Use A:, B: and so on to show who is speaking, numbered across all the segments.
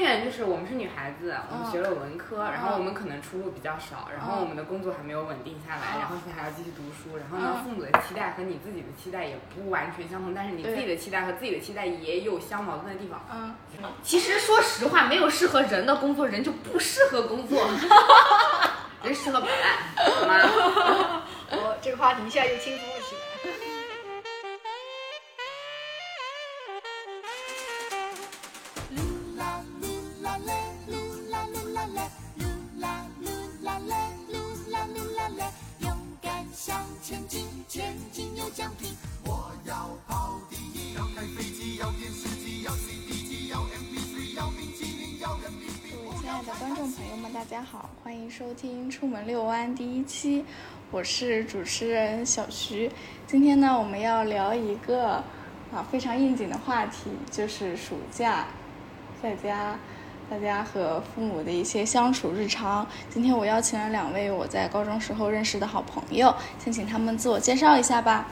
A: 点就是我们是女孩子，我们
B: 嗯
A: 学了文科，然后我
B: 嗯
A: 们可能出路比较少，然后我们的工作还没有稳定下来，然后你还要继续读书，然后呢，
B: 嗯
A: 父母的期待和你自己的期待也不完全相同，但是你
B: 对
A: 自己的期待和自己的期待也有相矛盾的地方。
B: 嗯，
C: 其实说实话，没有适合人的工作，人就不适合工 作，人适合摆烂，好吗？
B: 我这个话题一下就轻松了起来。
D: 各位亲爱的观众朋友们，大家好，欢迎收听《出门遛弯》第一期，我是主持人小徐。今天呢，我们要聊一个啊非常应景的话题，就是暑假在家，大家和父母的一些相处日常。今天我邀请了两位我在高中时候认识的好朋友，先请他们自我介绍一下吧。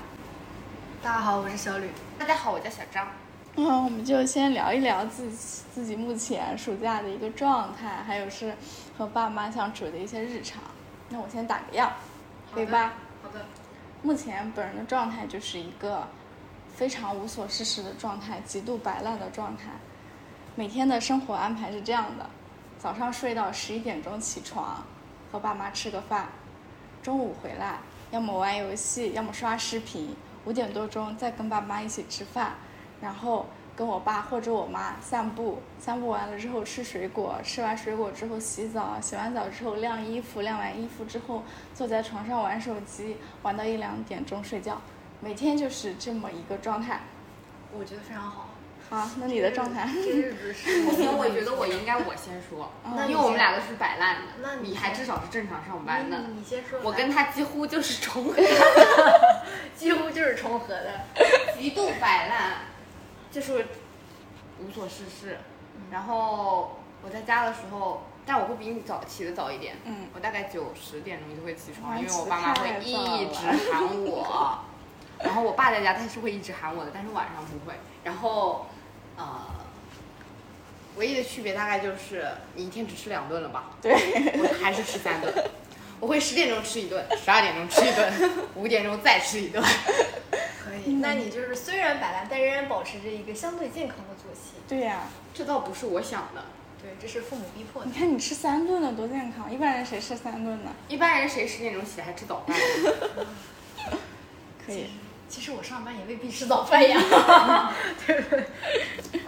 B: 大家好，我是小吕。
C: 大家好，我叫小张。
D: 嗯，我们就先聊一聊自己自己目前暑假的一个状态，还有是和爸妈相处的一些日常。那我先打个样，可以吧？
B: 好的，
D: 目前本人的状态就是一个非常无所事事的状态，极度摆烂的状态。每天的生活安排是这样的：早上睡到十一点钟起床，和爸妈吃个饭，中午回来，要么玩游戏，要么刷视频。五点多钟再跟爸妈一起吃饭，然后跟我爸或者我妈散步，散步完了之后吃水果，吃完水果之后洗澡，洗完澡之后晾衣服，晾完衣服之后坐在床上玩手机，玩到一两点钟睡觉。每天就是这么一个状态。
B: 我觉得非常好。
D: 好，那你的状态？
B: 这日子 是
A: 不 行，我觉得我应该我先说，
D: 嗯
B: 那你
A: 因为我们
B: 先
A: 俩都是摆烂的，
B: 那你
A: 你还
B: 先嗯
A: 至少是正常上班的。
B: 你你先说吧。
A: 我跟他几乎就是 重合，
B: 几乎就是重合的。
A: 极度摆烂，就是无所事事。然后我在家的时候，但我会比你早起的早一点，
D: 嗯
A: 我大概九十点钟就会起
D: 哇
A: 床，
D: 你
A: 因为我
D: 起得
A: 爸妈
D: 太
A: 会一
D: 早了
A: 直喊我，然后我爸在家他是会一直喊我的，但是晚上不会。然后，呃，唯一的区别大概就是你一天只吃两顿了吧？
D: 对，
A: 我还是吃三顿， 我会十点钟吃一顿，十二点钟吃一顿，五点钟再吃一顿。
B: 可以。
D: 嗯
B: 那你就是虽然摆烂，但仍然保持着一个相对健康的作息。
D: 对呀、
A: 这倒不是我想的，
B: 对，这是父母逼迫的
D: 你。看你吃三顿了，多健康！一般人谁吃三顿呢？
A: 一般人谁十点钟起来还吃早饭？
D: 可以，
B: 其实我上班也未必吃早 饭呀，对不对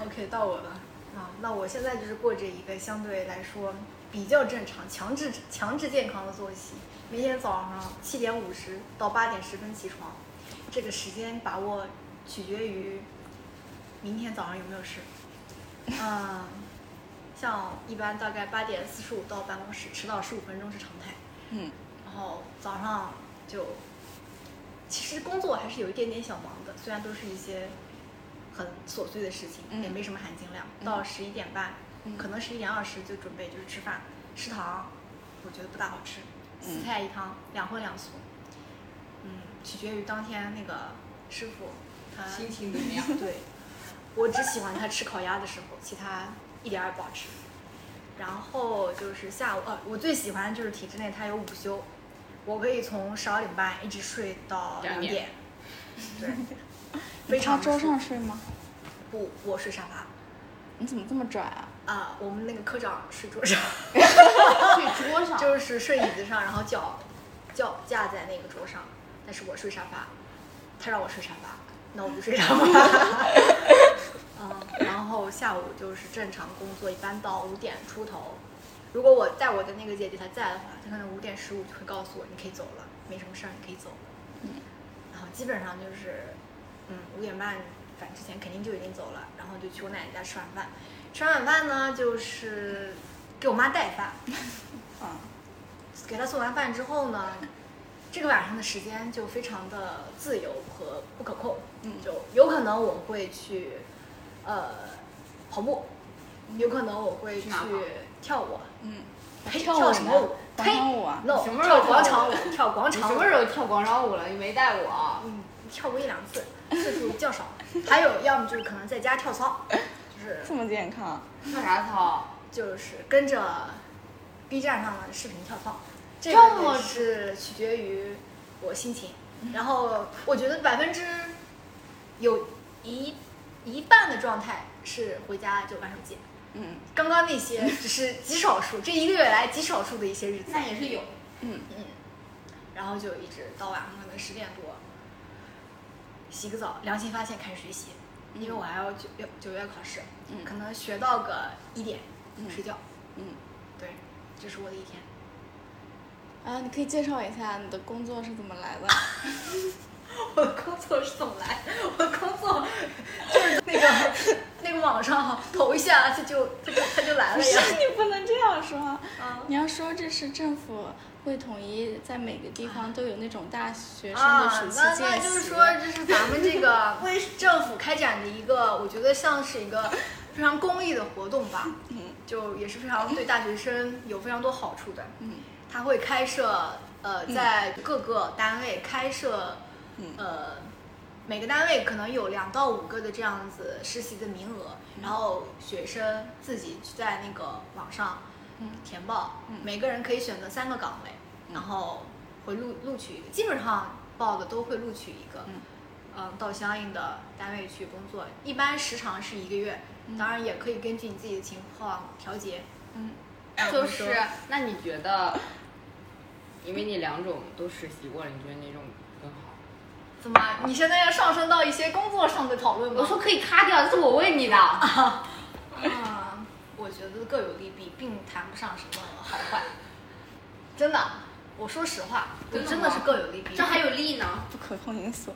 B: ？OK，到我了啊，那我现在就是过着一个相对来说比较正常、强制强制健康的作息，每天早上七点五十到八点十分起床，这个时间把握取决于明天早上有没有事。嗯，像一般大概八点四十五到办公室，迟到十五分钟是常态。
D: 嗯，
B: 然后早上就，其实工作还是有一点点小忙的，虽然都是一些很琐碎的事情，
D: 嗯
B: 也没什么含金量。到十一点半，
D: 嗯
B: 可能十一点二十就准备就是吃饭，食堂我觉得不大好吃，四菜一汤，两荤两素，嗯，取决于当天那个师傅他
A: 心情怎么 样？
B: 对，我只喜欢他吃烤鸭的时候，其他一点儿也不好吃。然后就是下午，呃，我最喜欢就是体制内它有午休，我可以从十二点半一直睡到
A: 两点
B: 两点。对，非
D: 你常
B: 常的
D: 桌
B: 舒
D: 上
B: 服
D: 睡吗？
B: 不，我睡沙发
D: 你怎么这么拽啊？
B: 啊、我们那个科长睡桌上，
A: 睡桌上
B: 就是睡椅子上，然后脚脚架在那个桌上，但是我睡沙发，他让我睡沙发，那我就睡沙发。 嗯，然后下午就是正常工作，一般到五点出头。如果我在我的那个姐姐她在的话，她可能五点十五就会告诉我你可以走了，没什么事儿，你可以走了。然后基本上就是，嗯，五点半反正之前肯定就已经走了，然后就去我奶奶家吃晚饭。吃完晚饭呢，就是给我妈带饭，
D: 啊，
B: 给她送完饭之后呢，这个晚上的时间就非常的自由和不可控，
D: 嗯
B: 就有可能我会去，呃，跑步，有可能我会去
A: 去哪跑
B: 跳舞，
D: 嗯，
B: 呸，
D: 跳
B: 跳
D: 舞
B: 什么
D: 呢
B: 舞？
D: 广
B: 呸
D: 场舞啊
B: ，no，
A: 什么时
B: 跳
A: 候跳
B: 广场
A: 舞
B: 舞，跳广
A: 你
B: 场
A: 什
B: 舞
A: 么。时候跳广场舞了？你没带我。
B: 嗯，跳过一两次，次数较少。还有，要么就是可能在家跳操，就是
D: 这么健康，
A: 跳啥操？
B: 就是跟着 B 站上的视频跳操，这
A: 这
B: 个
A: 么嗯
B: 也是取决于我心情。然后我觉得百分之有一一半的状态是回家就玩手机，
D: 嗯
B: 刚刚那 些只是极少数，这一个月来极少数的一些日子。
A: 那也是有，
D: 嗯，
B: 嗯，然后就一直到晚上可能十点多，洗个澡，良心发现开始学习，因为我还要九月九月考试，
D: 嗯
B: 可能学到个一点、
D: 嗯
B: 睡觉，
D: 嗯，
B: 对，这是我的一天。
D: 啊，你可以介绍一下你的工作是怎么来的？
B: 我的工作是怎么来？ 我的工作 就是那个 那个网上投一下，它就它就它就来
D: 不
B: 了
D: 是
B: 呀。，
D: 你不能这样说。
B: 啊
D: 你要说这是政府会统一在每个地方都有那种大学生的
B: 啊
D: 暑，期
B: 那那
D: 见
B: 就是
D: 习，
B: 说，这是咱们 这个为政府开展的一个，我觉得像是一个非常公益的活动吧，
D: 嗯
B: 就也是非常对大学生有非常多好处的。
D: 嗯
B: 它会开设呃，在各个单位开设
D: 嗯
B: 呃，每个单位可能有两到五个的这样子实习的名额，
D: 嗯
B: 然后学生自己在那个网上
D: 嗯
B: 填报，
D: 嗯
B: 每个人可以选择三个岗位，
D: 嗯
B: 然后会录录取一个，基本上报的都会录取一个，
D: 嗯
B: 嗯、到相应的单位去工作，一般时长是一个月，
A: 嗯
B: 当然也可以根据你自己的情况调节。
D: 嗯，
B: 哎
A: 哎
E: 就是，那你觉得，因为你两种都实习过了，你觉得哪种更好？
B: 怎么？你现在要上升到一些工作上的讨论吗？
A: 我说可以咔掉，这是我问你的。
B: 啊，我觉得各有利弊，并谈不上什么好 坏。真的，我说实话，我
A: 真的
B: 真的
A: 吗
B: 是各有利弊。
A: 这还有利呢，
D: 不可控因素。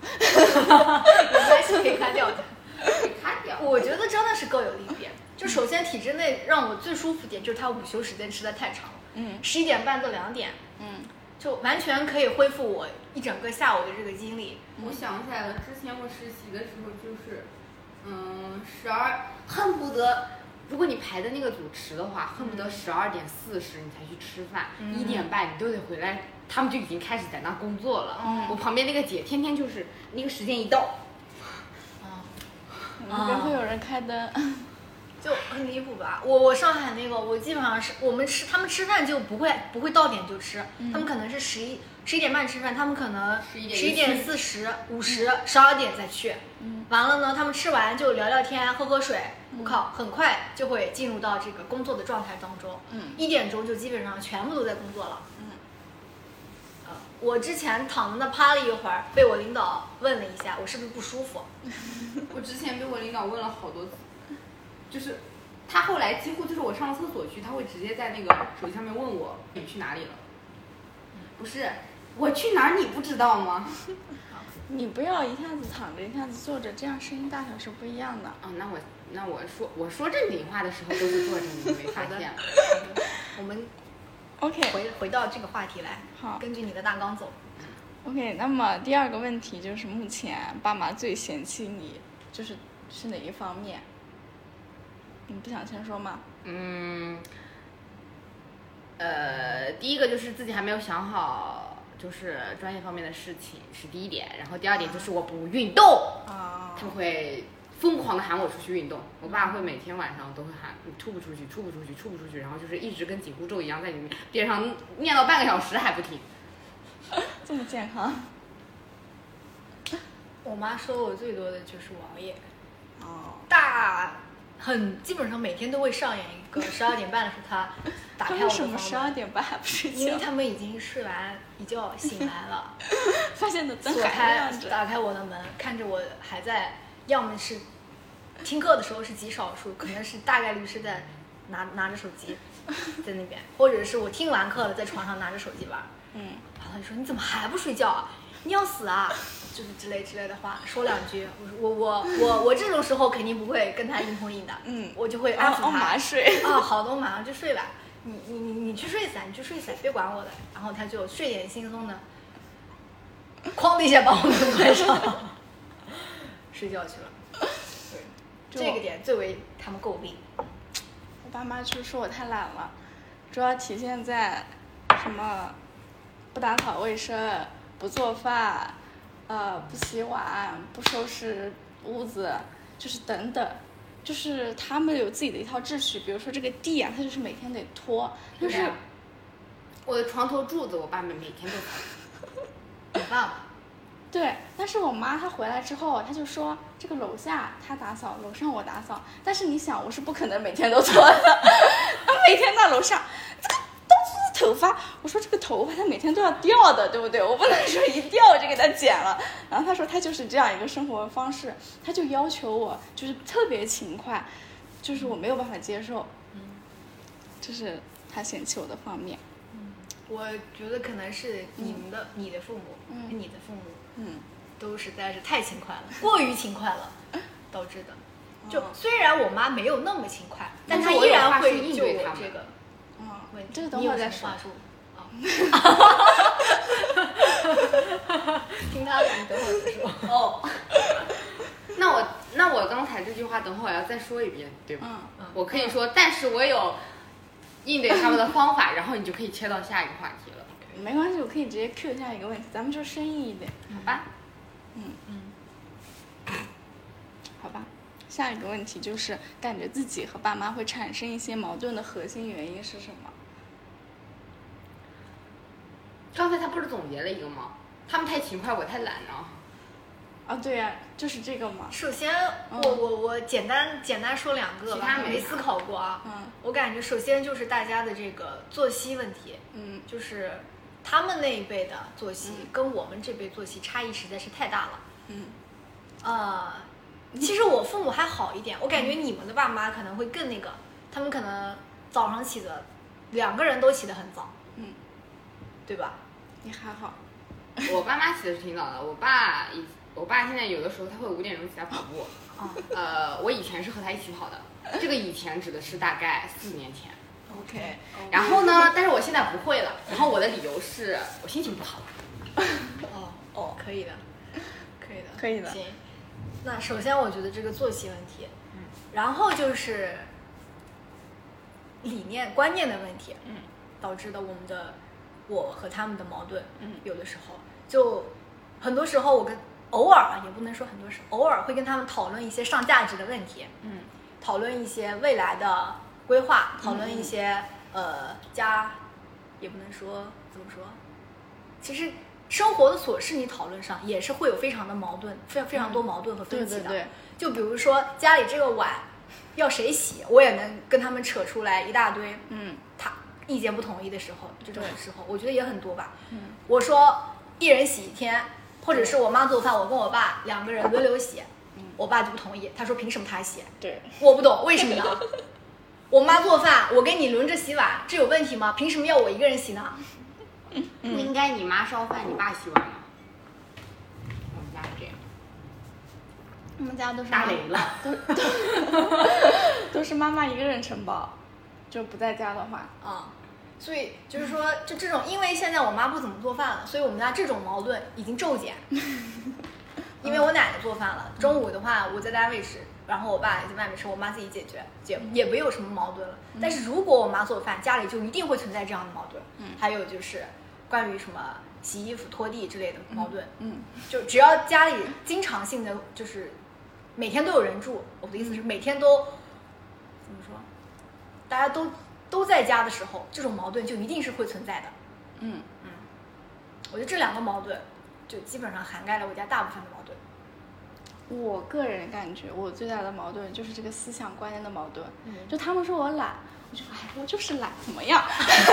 B: 没关系，可以开掉的。
A: 可以咔掉。
B: 我觉得真的是各有利弊。就首先体制内让我最舒服点，就是它午休时间实在太长了，
D: 嗯
B: 十一点半到两点，
D: 嗯
B: 就完全可以恢复我一整个下午的这个精力。
A: 我想起来了，之前我实习的时候就是，嗯，十二恨不得，如果你排的那个主持的话，恨不得十二点四十你才去吃饭，一、点半你都得回来，他们就已经开始在那工作了。
D: 嗯
A: 我旁边那个姐天天就是那个时间一到，
B: 啊，
D: 那边会有人开灯。
B: 就很离谱吧？我我上海那个，我基本上是我们吃，他们吃饭就不会不会到点就吃，他们可能是十一十一点半吃饭，他们可能
A: 11
B: 十一
A: 点
B: 点四十、五十、十二点再去。
D: 嗯
B: 完了呢，他们吃完就聊聊天、喝喝水，我靠，很快就会进入到这个工作的状态当中。
D: 嗯
B: 一点钟就基本上全部都在工作了。呃我之前躺在那趴了一会儿，被我领导问了一下，我是不是不舒 服？
A: 我之前被我领导问了好多次，就是他后来几乎就是我上了厕所去，他会直接在那个手机上面问我你去哪里了，不是我去哪儿你不知道吗？
D: 你不要一下子躺着，一下子坐着，这样声音大小是不一样的。
A: 啊，那我那我说我说正经话的时候都是坐着，你没发现吗？
B: 我们
D: OK
B: 回回到这个话题来，
D: 好
B: 根据你的大纲走。
D: OK，那么第二个问题就是目前爸妈最嫌弃你，就是是哪一方面？你不想先说吗？
A: 嗯， 呃，第一个就是自己还没有想好，就是专业方面的事情是第一点，然后第二点就是我不运动，
D: 啊
A: 他们会疯狂的喊我出去运动，我爸会每天晚上都会喊你出不出去，出不出去，出不出去，然后就是一直跟紧箍咒一样在你边上念叨半个小时还不停。
D: 这么健康。
B: 我妈说我最多的就是我熬夜，
D: 哦，
B: 大很基本上每天都会上演一个十二点半的时候，她 打
D: 他
B: 开
D: 为
B: 我
D: 什
B: 的
D: 么十二
B: 房门，
D: 点半还不睡
B: 因为
D: 觉？
B: 他们已经睡完一觉醒来了，
D: 发现的灯
B: 锁
D: 还
B: 开
D: 亮着。
B: 打开我的门，看着我还在，要么是听课的时候是极少数，可能是大概率是在拿拿着手机在那边，或者是我听完课了在床上拿着手机玩。
D: 嗯，
B: 然后他就说你怎么还不睡觉啊？你要死啊？就是之类之类的话说两句。我说我我我我这种时候肯定不会跟他硬碰硬的，
D: 嗯
B: 我就会
D: 然
B: 安抚
D: 后
B: 他。
D: 麻睡。
B: 啊，好的，我马上就睡吧。你你你你去睡去，你去睡去，别管我的。然后他就睡眼惺忪的，哐的一下把我门关上， 睡觉去了。
D: 就
B: 这个点最为他们诟病。
D: 我爸妈就是说我太懒了，主要体现在什么不打扫卫生、不做饭、呃不洗碗、不收拾屋子，就是等等。就是他们有自己的一套秩序，比如说这个地啊，他就是每天得拖，但
A: 对
D: 是
A: 啊我的床头柱子，我爸每每天都
B: 你爸爸
D: 对，但是我妈她回来之后，她就说这个楼下她打扫，楼上我打扫。但是你想，我是不可能每天都拖的，她每天在楼上，这个都是头发。我说这个头发它每天都要掉的，对不对？我不能说一掉我就给它剪了。然后她说她就是这样一个生活方式，她就要求我就是特别勤快，就是我没有办法接受，
B: 嗯
D: 这是她嫌弃我的方面。
B: 我觉得可能是你们的、你的父母、
D: 嗯
B: 你的父母
D: 嗯，
B: 都实在是太勤快了，过于勤快了导致的。就
D: 哦
B: 虽然我有妈没有那么勤快，但
A: 但
B: 她
A: 是我
B: 依
A: 有
B: 然
A: 话术
B: 会
A: 应
B: 就
A: 对
B: 我
A: 他们
B: 这个
D: 啊、
B: 问题。
D: 这个等
B: 你
D: 会
B: 有
D: 儿
B: 什
D: 再说
B: 么话。术啊？ 听他的，你等会儿再说。
A: 哦， 那我那我刚才这句话，等会儿我要再说一遍，对吧？
D: 嗯，
A: 我可以说，但是我有应对他们的方法，然后你就可以切到下一个话题了，
D: 没关系，我可以直接 Q 下一个问题，咱们就深意一点。
A: 好吧？
B: 嗯，
D: 好吧，下一个问题就是感觉自己和爸妈会产生一些矛盾的核心原因是什么？
A: 刚才他不是总结了一个吗？他们太勤快，我太懒了。
D: 啊，对呀、就是这个嘛。
B: 首先
D: 嗯
B: 我我我简单简单说两个
A: 其
B: 吧
A: 他，没
B: 没
A: 啥
B: 思考过啊。
D: 嗯
B: 我感觉首先就是大家的这个作息问题，
D: 嗯
B: 就是他们那一辈的作息
D: 嗯
B: 跟我们这辈作息差异实在是太大了。
D: 嗯
B: 呃，其实我父母还好一点，我感觉你们的爸妈可能会更那个，他们可能早上起的，两个人都起得很早，
D: 嗯，
B: 对吧？
D: 你还好。
A: 我爸妈起的是挺早的，我爸以我爸现在有的时候他会五点钟起来跑步，
B: 啊、
A: 呃，我以前是和他一起跑的，这个以前指的是大概四年前。
B: o k
A: 然后呢，但是我现在不会了。然后我的理由是我心情不好。
B: 哦哦，可以的，可以的，
D: 可以的
B: 行，那首先我觉得这个作息问题，嗯，然后就是理念观念的问题，嗯，导致的我们的我和他们的矛盾，嗯，有的时候就很多时候我跟偶尔啊，也不能说很多时候，偶尔会跟他们讨论一些上价值的问题，
A: 嗯，
B: 讨论一些未来的规划，讨论
D: 嗯
B: 一些、呃家，也不能说怎么说，其实生活的琐事你讨论上也是会有非常的矛盾，非非常多矛盾和分歧的。
D: 嗯对对对
B: 就比如说家里这个碗要谁洗，我也能跟他们扯出来一大堆
D: 嗯
B: 他意见不统一的时候，这种
D: 对
B: 时候我觉得也很多吧。
D: 嗯
B: 我说一人洗一天，或者是我妈做饭，我跟我爸两个人轮流洗，
D: 嗯
B: 我爸就不同意，他说凭什么他洗？
D: 对。
B: 我不懂为什么呢？ 我妈做饭，我跟你轮着洗碗，这有问题吗？凭什么要我一个人洗呢？
A: 不
D: 嗯
A: 应该你妈烧饭，你爸洗碗吗？我们家是这样，
D: 我们家都是
A: 打
D: 妈
A: 雷了。
D: 都是妈妈一个人承包，就不在家的话，
B: 啊、所以就是说，就这种，因为现在我妈不怎么做饭了，所以我们家这种矛盾已经骤减。因为我奶奶做饭了，中午的话我在单位吃，然后我爸在外面吃，我妈自己解决，也也没有什么矛盾了。但是如果我妈做饭，家里就一定会存在这样的矛盾。
D: 嗯
B: 还有就是关于什么洗衣服、拖地之类的矛盾，
D: 嗯
B: 就只要家里经常性的就是每天都有人住，我的意思是每天都怎么说，大家都都在家的时候，这种矛盾就一定是会存在的。
D: 嗯
B: 我觉得这两个矛盾就基本上涵盖了我家大部分的矛盾。
D: 我个人感觉，我最大的矛盾就是这个思想观念的矛盾。
B: 嗯
D: 就他们说我懒，我就说哎，我就是懒，怎么样？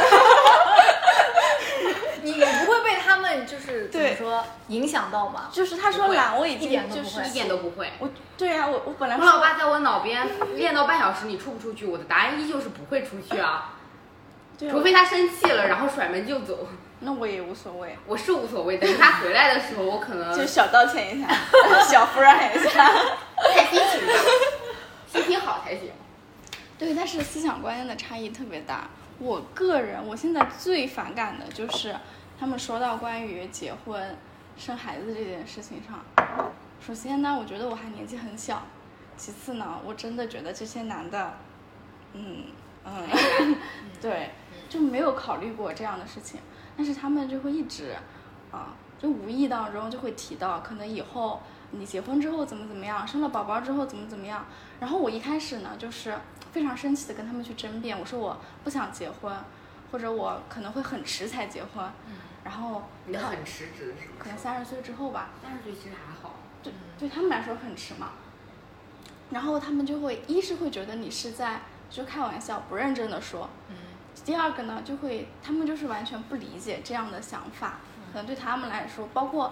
B: 你你不会被他们就是怎么
D: 对
B: 说影响到吗？
D: 就是他说
A: 不会
D: 懒，我已
B: 一
D: 经
B: 点都
D: 就
B: 不
D: 是
B: 会
A: 一点都不会。
D: 我对呀、我我本来
A: 我老爸在我脑边练到半小时，你出不出去？我的答案依旧是不会出去啊，
D: 对啊
A: 除非他生气了，然后甩门就走。
D: 那我也无所谓。
A: 我是无所谓，等他回来的时候，我可能
D: 就小道歉一下， 小服软一下。
A: 看心情吧，心情好才行。
D: 对，但是思想观念的差异特别大。我个人，我现在最反感的就是他们说到关于结婚、生孩子这件事情上。首先呢，我觉得我还年纪很小；其次呢，我真的觉得这些男的，嗯嗯， 对，就没有考虑过这样的事情。但是他们就会一直，啊，就就无意当中就会提到，可能以后你结婚之后怎么怎么样，生了宝宝之后怎么怎么样。然后我一开始呢，就是非常生气的跟他们去争辩，我说我不想结婚，或者我可能会很迟才结婚，然后
A: 你的很迟指的是什么
D: 可能三十岁之后吧，
A: 但是其实还好，
D: 对对他们来说很迟嘛。然后他们就会一是会觉得你是在就开玩笑，不认真的说，
B: 嗯，
D: 第二个呢，就会他们就是完全不理解这样的想法，
A: 嗯
D: 可能对他们来说，包括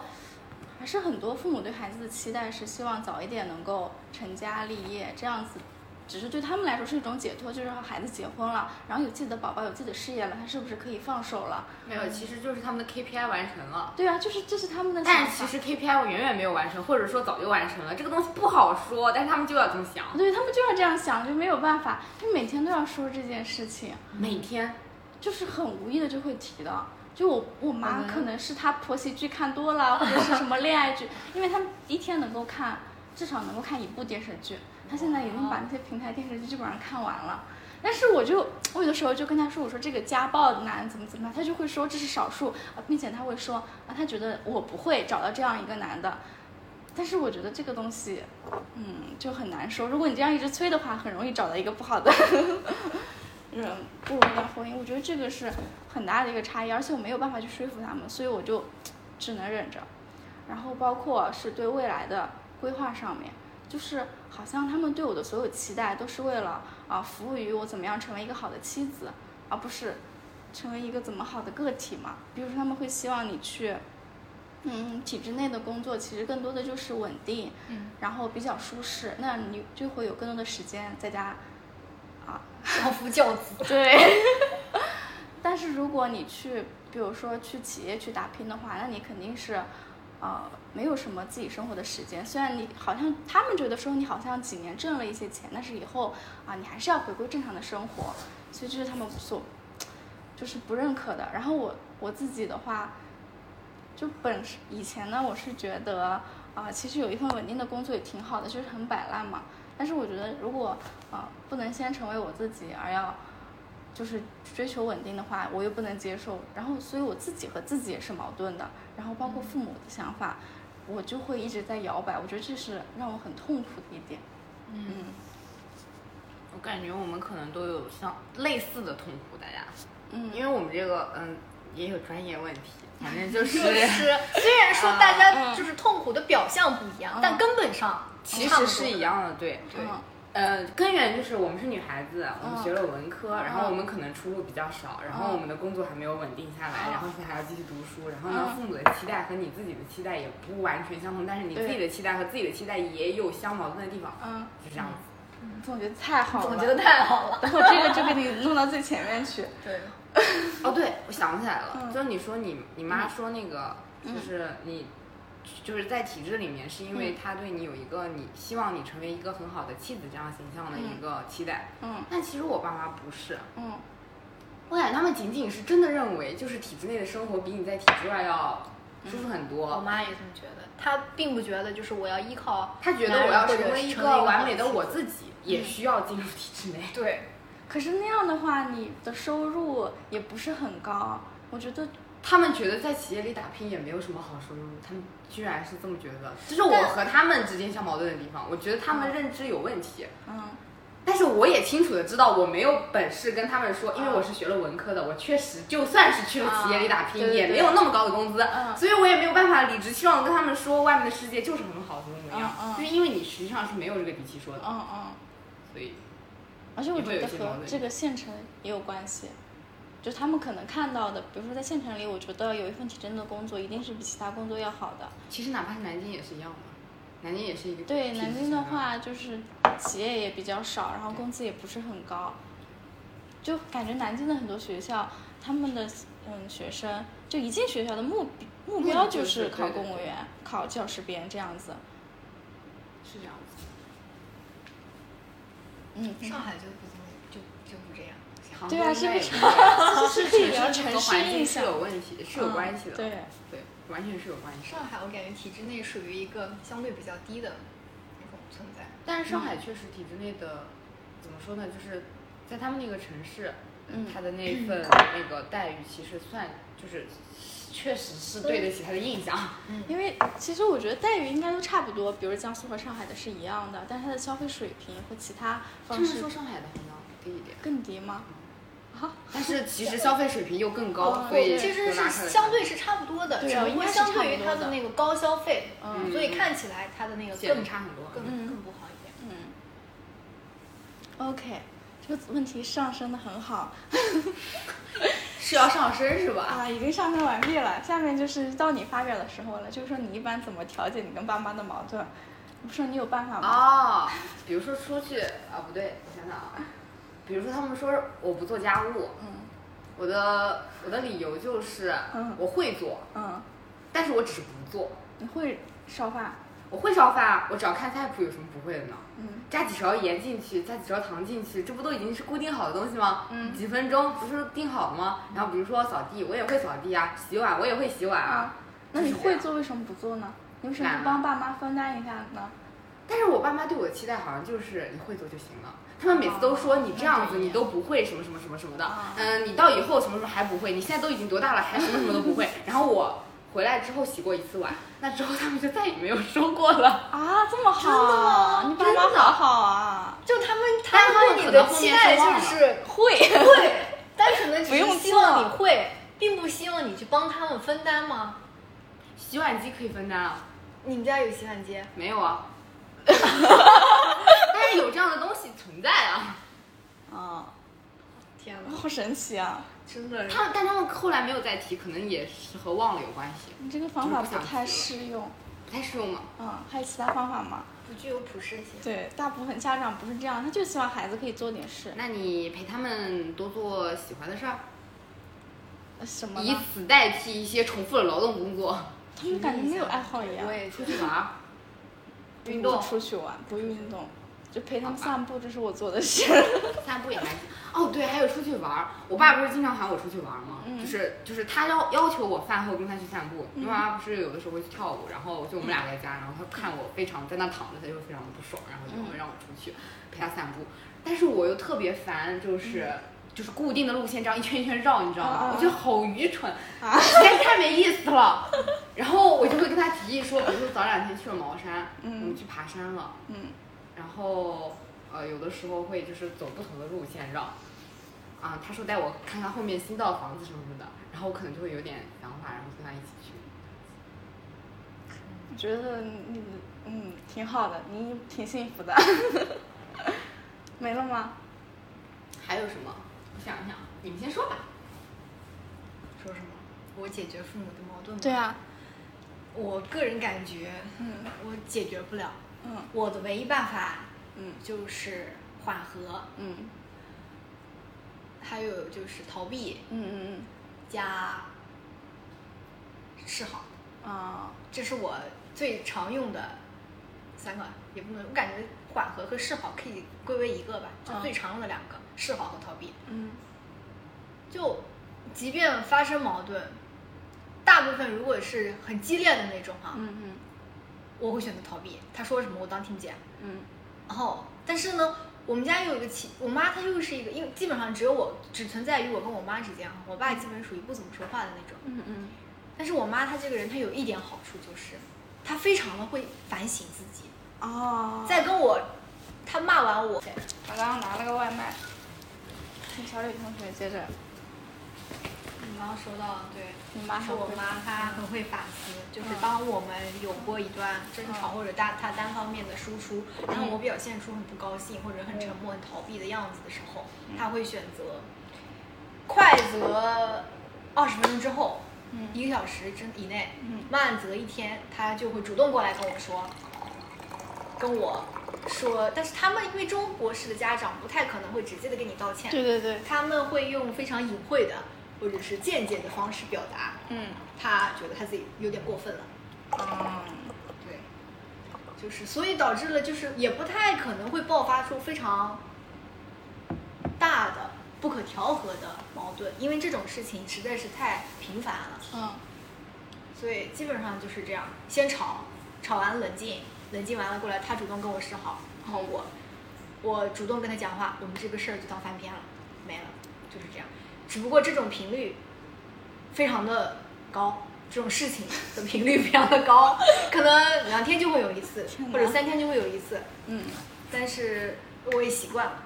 D: 还是很多父母对孩子的期待是希望早一点能够成家立业，这样子，只是对他们来说是一种解脱，就是孩子结婚了，然后有自己的宝宝，有自己的事业了，他是不是可以放手了？
A: 没有，其实就是他们的 KPI 完成了。
D: 对啊，就是这是他们的想
A: 但
D: 法。
A: 是其实 KPI 我远远没有完成，或者说早就完成了，这个东西不好说，但是他们就要这么想。
D: 对他们就要这样想，就没有办法，就每天都要说这件事情，
A: 每天
D: 就是很无意的就会提到。就我我妈可能是她婆媳剧看多了，或者是什么恋爱剧，因为她一天能够看至少能够看一部电视剧，她现在已经把那些平台电视剧基本上看完了。但是我就我有的时候就跟她说，我说这个家暴男怎么怎么样，她就会说这是少数，啊并且她会说啊，她觉得我不会找到这样一个男的。但是我觉得这个东西，嗯，就很难说。如果你这样一直催的话，很容易找到一个不好的人步入一段婚姻。我觉得这个是很大的一个差异，而且我没有办法去说服他们，所以我就只能忍着。然后包括是对未来的规划上面，就是好像他们对我的所有期待都是为了啊服务于我怎么样成为一个好的妻子，而不是成为一个怎么好的个体嘛。比如说他们会希望你去。嗯，体制内的工作其实更多的就是稳定，
B: 嗯，
D: 然后比较舒适，那你就会有更多的时间在家啊，
B: 相夫教子。
D: 对。 但是如果你去，比如说去企业去打拼的话，那你肯定是，呃，没有什么自己生活的时间。虽然你好像他们觉得说你好像几年挣了一些钱，但是以后啊、你还是要回归正常的生活，所以这是他们所，就是不认可的。然后我我自己的话，就本是以前呢，我是觉得啊、其实有一份稳定的工作也挺好的，就是很摆烂嘛。但是我觉得，如果啊、不能先成为我自己，而要就是追求稳定的话，我又不能接受。然后，所以我自己和自己也是矛盾的。然后，包
B: 嗯
D: 括父母的想法，我就会一直在摇摆。我觉得这是让我很痛苦的一点。嗯
A: 我感觉我们可能都有像类似的痛苦，大家，
D: 嗯
A: 因为我们这个嗯也有专业问题，反 正就是
B: 就是虽然说大家就是痛苦的表象不一样，
D: 嗯
B: 但根本上
A: 其
B: 差不
A: 实
B: 多
A: 是一。样的，对对。
D: 嗯
A: 呃，根源就是我们是女孩子，我们
D: 嗯
A: 学了文科，然后我
D: 嗯
A: 们可能出路比较少，然后我们的工作还没有稳定下来，
D: 嗯
A: 然后现在还要继续读书，然后呢，
D: 嗯
A: 父母的期待和你自己的期待也不完全相同，但是你
D: 对
A: 自己的期待和自己的期待也有相矛盾的地方，
D: 嗯，
A: 就这样子。
D: 总觉得太好了，
B: 总 觉得太好了。
D: 然后这个就给你弄到最前面去。
B: 对，
A: 哦，对，我想起来了，
D: 嗯
A: 就是你说你你妈说那个，
D: 嗯
A: 就是你。就是在体制里面，是因为她对你有一个你希望你成为一个很好的妻子这样形象的一个期待，
D: 嗯
A: 但其实我爸妈不是，
D: 嗯
A: 我感觉他们仅仅是真的认为，就是体制内的生活比你在体制外要舒服很
B: 我
A: 多。
B: 妈也这么觉得，她并不觉得就是我要依靠
A: 他觉得我要成为一个完美的
B: 我。
A: 我自己，也需要进入体制内。
B: 对，
D: 可是那样的话，你的收入也不是很高。我觉得
A: 他们觉得在企业里打拼也没有什么好收入，他们居然是这么觉得。这是我和他们之间相矛盾的地方，我觉得他们认知有问题。
D: 嗯。
A: 但是我也清楚的知道，我没有本事跟他们说，因为我是学了文科的，我确实就算是去了企业里打拼，
D: 嗯啊对对
A: 也没有那么高的工资，
D: 嗯
A: 所以我也没有办法理直气壮的跟他们说外面的世界就是很好，怎么怎么样，
D: 嗯嗯
A: 就是因为你实际上是没有这个底气说的，
D: 嗯嗯，
A: 所以
D: 而且我觉
A: 也会有
D: 得
A: 一些矛
D: 和
A: 盾
D: 这个县城也有关系，就他们可能看到的，比如说在县城里，我觉得有一份体制内的工作一定是比其他工作要好的。
A: 其实哪怕是南京也是一样的，南京也是一个
D: 对，
A: 体制
D: 南京的
A: 下
D: 话就是企业也比较少，然后工资也不是很高，就感觉南京的很多学校，他们的嗯学生就一进学校的目目
A: 目
D: 标
A: 的
D: 就
A: 就是是
D: 考
A: 对对
D: 公务
A: 对
D: 员、考教师编这样子。
A: 是这样子。
D: 嗯，
B: 上海就不这么就就不这样。
A: 杭州
D: 对啊
A: 应该
D: 是
A: 也
D: 不是
A: 不一样
D: 是
A: 是体制
D: 这个城
A: 和
D: 市
A: 环
D: 印
A: 境是
D: 象
A: 有问题，是有
D: 嗯
A: 关系的，哦
D: 对，
A: 对，完全是有关系的。
B: 上海我感觉体制内属于一个相对比较低的那种存在。
D: 嗯
A: 但是上海确实体制内的，怎么说呢，就是在他们那个城市，
D: 嗯
A: 他的那一份那个待遇其实算就是确实是对得起他的印象。
D: 因为其实我觉得待遇应该都差不多，比如江苏和上海的是一样的，但是它的消费水平和其他
A: 他
D: 方
A: 们
D: 式
A: 说上海的好像低一点，
D: 更低吗？
A: 但是其实消费水平又更高，
D: 哦
A: 所以
D: 对
B: 其实
A: 就拿出
B: 是
A: 来
B: 相对是差不多的，
D: 对
B: 只
D: 啊
B: 不
D: 应
B: 过
D: 该是
B: 相
D: 差不
B: 对于它
D: 多
B: 的
D: 的
B: 那个高消费，
D: 嗯
B: 所以看起来它的那个
A: 看显
B: 更
A: 得差很多。
B: 更
D: 嗯
B: 更不好一点。
D: 嗯。OK，这个问题上升的很好
B: 是要上身是吧？
D: 啊，已经上升完毕了。下面就是到你发表的时候了，就是说你一般怎么调解你跟爸妈的矛盾？你不是说你有办法吗？
A: 哦，比如说出去啊，不对，我想想啊，比如说他们说我不做家务，
D: 嗯
A: 我的我的理由就是
D: 嗯
A: 我会做，
D: 嗯，
A: 但是我只是不做。
D: 你会烧饭？
A: 我会烧饭啊，我只要看菜谱有什么不会的呢？
D: 嗯
A: 加几勺盐进去，加几勺糖进去，这不都已经是固定好的东西吗？
D: 嗯
A: 几分钟不是定好吗？然后比如说扫地，我也会扫地啊，洗碗我也会洗碗啊
D: 啊。，那你
A: 就是这
D: 会
A: 样
D: 做为什么不做呢？你为什么
A: 懒
D: 不
A: 啊
D: 帮爸妈分担一下呢？
A: 但是我爸妈对我的期待好像就是你会做就行了。他们每次都说你这样子你都不会什么什么什么什么的
D: 啊，
A: 嗯，你到以后什么什么还不会，你现在都已经多大了还什么什么都 不会。然后我回来之后洗过一次碗，那之后他们就再也没有说过了。
D: 啊，这么好，
B: 真的吗
D: 你爸妈好好啊，
B: 就他们
A: 但
B: 他
A: 是他们
B: 们
A: 可
B: 对你
A: 能
B: 的
A: 后
B: 期
A: 面
B: 待
A: 是忘
B: 就
A: 了
B: 是
D: 会，
B: 会，单纯的只
D: 不用
B: 是希望
D: 做
B: 你会，并不希望你去帮他们分担吗？
A: 洗碗机可以分担啊。
B: 你们家有洗碗机？
A: 没有 啊，但是有这样的东西存在啊。
D: 啊，
B: 天哪，
D: 好神奇啊！
B: 真的
A: 他们，但他们后来没有再提，可能也是和忘了有关系，
D: 你这个方法不太适用，
A: 不太适用嘛。
D: 嗯，还有其他方法吗？
B: 不具有普适性。
D: 对，大部分家长不是这样，他就希望孩子可以做点事，
A: 那你陪他们多做喜欢的事儿，
D: 呃什么
A: 以
D: 呢？
A: 此代替一些重复的劳动工作，
D: 他们感觉没有爱好一样，
B: 也
A: 哎出去玩儿。
D: 运
A: 动
D: 出去玩，不运动，就陪他们散步，这是我做的事。
A: 散步也还行。哦，对，还有出去玩儿。我爸不是经常喊我出去玩儿吗？
D: 嗯
A: 就是就是他要要求我饭后跟他去散步。
D: 嗯
A: 因为我妈不是有的时候会去跳舞，然后就我们俩在家，然后他看我非常在那躺着，他就会非常的不爽，然后就
D: 嗯
A: 会让我出去陪他散步。但是我又特别烦，就是。
D: 嗯
A: 就是固定的路线，这样一圈一圈绕，你知道吗？
D: 啊啊啊
A: 我觉得好愚蠢，
D: 啊
A: 实在是太没意思了。 然后我就会跟他提议说，比如说早两天去了茅山，
D: 嗯
A: 我们去爬山了，
D: 嗯，
A: 然后呃，有的时候会就是走不同的路线绕，啊，他说带我看看后面新造房子什么什么的，然后我可能就会有点想法，然后跟他一起去。
D: 我觉得你嗯挺好的，你挺幸福 的。没了吗？
A: 还有什么？我想一想，你们先说吧。
B: 说什么？我解决父母的矛盾吗？
D: 对，啊，
B: 我个人感觉
D: 嗯
B: 我解决不了，
D: 嗯
B: 我的唯一办法
D: 嗯
B: 就是缓和，
D: 嗯
B: 还有就是逃避
D: 嗯嗯
B: 加示好，
D: 嗯啊。
B: 这是我最常用的三个，也不能，我感觉缓和和示好可以归为一个吧，就
D: 嗯
B: 最常用的两个，示好和逃避。
D: 嗯
B: 就即便发生矛盾，大部分如果是很激烈的那种哈、
D: 嗯
B: 我会选择逃避。他说什么我当听不见。
D: 嗯
B: 然后，但是呢，我们家又有一个奇，我妈她又是一个，因为基本上只有我只存在于我跟我妈之间啊，我爸基本属于不怎么说话的那种。
D: 嗯嗯
B: 但是我妈她这个人，她有一点好处就是，她非常的会反省自己，
D: 哦，
B: 在跟我，她骂完我，
D: 我刚刚拿了个外卖，请小李同学接着。
B: 你刚刚说到，对，
D: 你妈
B: 是
D: 很
B: 我
D: 会
B: 妈，她啊很会反思，就是
D: 嗯
B: 当我们有过一段争吵或者单她单方面的输出，然后我表现出很不高兴或者很沉默、很逃避的样子的时候，她会选择快则二十分钟之后，
D: 嗯
B: 一个小时之以内，
D: 嗯
B: 慢则一天，她就会主动过来跟我说，跟我说，但是他们因为中国式的家长不太可能会直接的跟你道歉，
D: 对对对，
B: 他们会用非常隐晦的或者是间接的方式表达，
D: 嗯
B: 他觉得他自己有点过分了。
D: 嗯
B: 对，就是所以导致了就是也不太可能会爆发出非常大的不可调和的矛盾，因为这种事情实在是太频繁了，
D: 嗯
B: 所以基本上就是这样，先吵，吵完冷静，冷静完了过来，他主动跟我示好，然后我我主动跟他讲话，我们这个事儿就当翻篇了，没了，就是这样。只不过这种频率非常的高，这种事情的频率非常的高，可能两天就会有一次
D: 天，哪
B: 或者三天就会有一次，
D: 嗯，
B: 但是我也习惯了。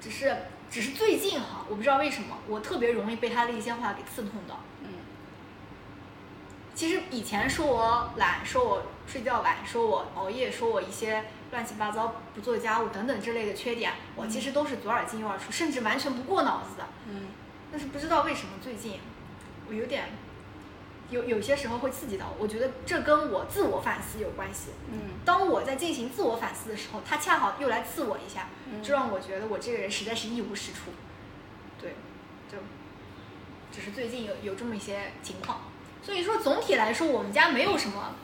B: 只是只是最近哈，我不知道为什么，我特别容易被他的一些话给刺痛到。
D: 嗯，
B: 其实以前说我懒，说我睡觉晚，说我熬夜，说我一些乱七八糟不做家务等等之类的缺点，我其实都是左耳进右耳出，甚至完全不过脑子的。
D: 嗯，
B: 但是不知道为什么最近我有点有有些时候会刺激到我，我觉得这跟我自我反思有关系。
D: 嗯，
B: 当我在进行自我反思的时候，他恰好又来刺我一下，
D: 嗯
B: 这让我觉得我这个人实在是一无是处。对，就只是最近有有这么一些情况，所以说总体来说，我们家没有什么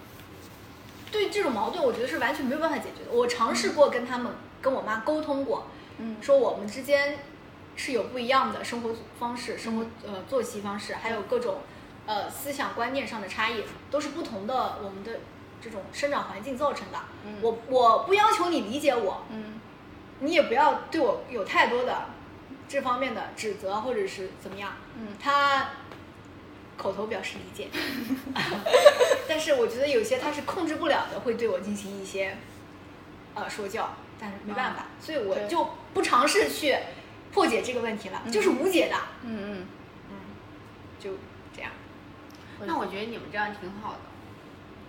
B: 对这种矛盾，我觉得是完全没有办法解决的。我尝试过跟他们跟我妈沟通过，
D: 嗯
B: 说我们之间是有不一样的生活方式、生活
D: 嗯
B: 呃作息方式，还有各种呃思想观念上的差异，都是不同的我们的这种生长环境造成的。
D: 嗯
B: 我我不要求你理解我，
D: 嗯，
B: 你也不要对我有太多的这方面的指责或者是怎么样。
D: 嗯
B: 他口头表示理 解，但是我觉得有些他是控制不了的，会对我进行一些呃说教，但是没
A: 啊
B: 办法，所以我
D: 对
B: 就不尝试去破解这个问题了，就是无解的，
D: 嗯
B: 嗯，就这样。
A: 那我觉得你们这样挺好的，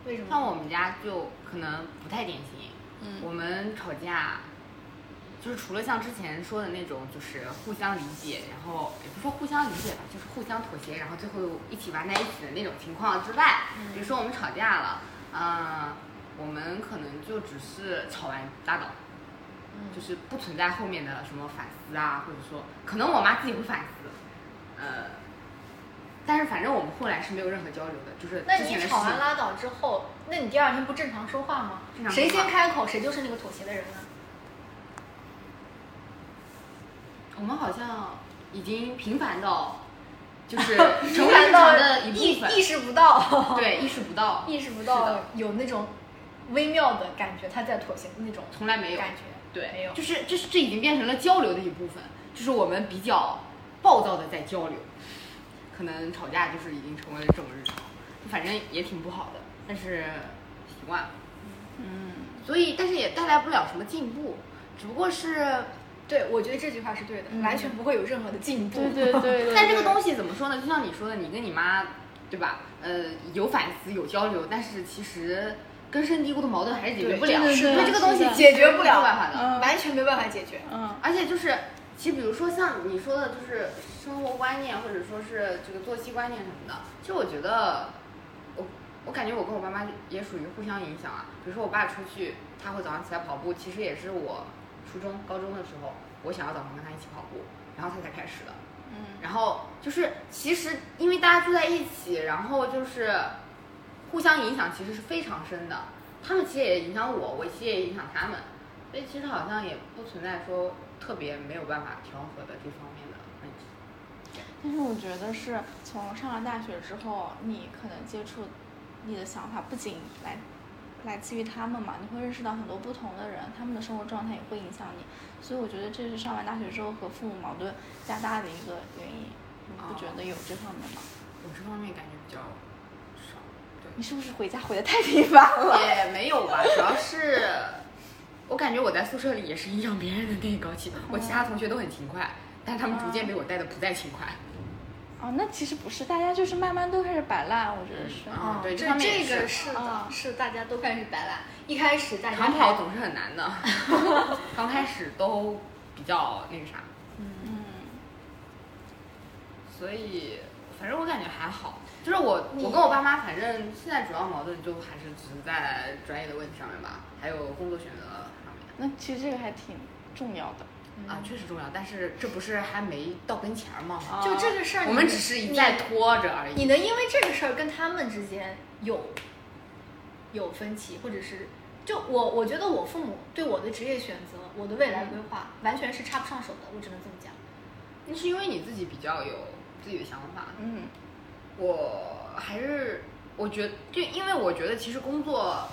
B: 为什么？
A: 像我们家就可能不太典型。
D: 嗯
A: 我们吵架，就是除了像之前说的那种，就是互相理解，然后也不说互相理解吧，就是互相妥协，然后最后一起玩在一起的那种情况之外，
B: 嗯
A: 比如说我们吵架了，嗯、我们可能就只是吵完拉倒，
B: 嗯
A: 就是不存在后面的什么反思啊，或者说可能我妈自己会反思，呃，但是反正我们后来是没有任何交流的，就是
B: 那
A: 之前的
B: 你
A: 事
B: 吵完
A: 情。
B: 拉倒之后，那你第二天不正常说话吗
A: 正？常说
B: 谁
A: 话
B: 先开口，谁就是那个妥协的人呢？
A: 我们好像已经频繁到，就是 成
B: 突
A: 为
B: 然
A: 日
B: 到
A: 常的一
B: 意
A: 部分，
B: 意识不到，
A: 对，意识不到，
B: 意识不
A: 是
B: 到
A: 的
B: 有那种微妙的感觉，他在妥协的那种
A: 从来没有
B: 感觉，
A: 对，
B: 没有。
A: 就是这是这已经变成了交流的一部分，就是我们比较暴躁的在交流，可能吵架就是已经成为了这种日常，反正也挺不好的，但是习惯了，
D: 嗯
A: 所以但是也带来不了什么进步，只不过是
B: 对，我觉得这句话是对的，
D: 嗯
B: 完全不会有任何的进步。
D: 对对对对，
A: 但这个东
D: 西，
A: 西怎么说呢？就像你说的，你跟你妈，对吧？呃，有反思，有交流，但是其实根深蒂固的矛盾还是解决不了，
D: 对对
A: 因
D: 对
A: 为这个东
D: 是
A: 西
D: 的
B: 解决不
A: 不
B: 了
A: 办法的。
D: 嗯
B: 完全没办法解决。
D: 嗯
A: 而且就是，其实比如说像你说的，就是生活观念，或者说是这个作息观念什么的，其实我觉得我我感觉我跟我爸妈也属于互相影响啊。比如说我爸出去，他会早上起来跑步，其实也是我初中、高中的时候，我想要早上跟他一起跑步，然后他才开始的。
D: 嗯
A: 然后就是其实因为大家住在一起，然后就是互相影响其实是非常深的。他们其实也影响我，我其实也影响他们，所以其实好像也不存在说特别没有办法调和的这方面的问题。
D: 但是我觉得是从上了大学之后，你可能接触你的想法不仅来来自于他们嘛，你会认识到很多不同的人，他们的生活状态也会影响你，所以我觉得这是上完大学之后和父母矛盾加大的一个原因。你不觉得有这方面吗？
A: 我这方面感觉比较少，对，
D: 你是不是回家回的太频繁了？
A: 也没有吧，主要是 我感觉我在宿舍里也是影响别人的那个气，我其他同学都很勤快，但是他们逐渐被我带的不再勤快。
D: 哦，那其实不是，大家就是慢慢都开始摆烂，我觉得
B: 嗯
D: 是。
A: 啊对
B: 这
A: 这方面也
B: 这个
A: 是嗯
B: 是的
D: 啊，
B: 是大家都开始摆烂。一开始大家
A: 长跑
B: 还
A: 总是很难的，刚开始都比较那个啥，
D: 嗯
A: 所以反正我感觉还好。就是我，我跟我爸妈，反正现在主要矛盾就还是只是在专业的问题上面吧，还有工作选择上面、
D: 那其实这个还挺重要的。
A: 啊，
B: 嗯
A: 确实重要。但是这不是还没到跟前儿吗？
B: 就这个事儿，
A: 我们只是一再拖着而
B: 你你
A: 已。
B: 能因为这个事儿跟他们之间有有分歧，或者是就我我觉得我父母对我的职业选择、我的未来规划完全是插不上手的，我只能这么讲。
A: 那是因为你自己比较有自己的想法，
D: 嗯
A: 我还是我觉就因为我觉得其实工作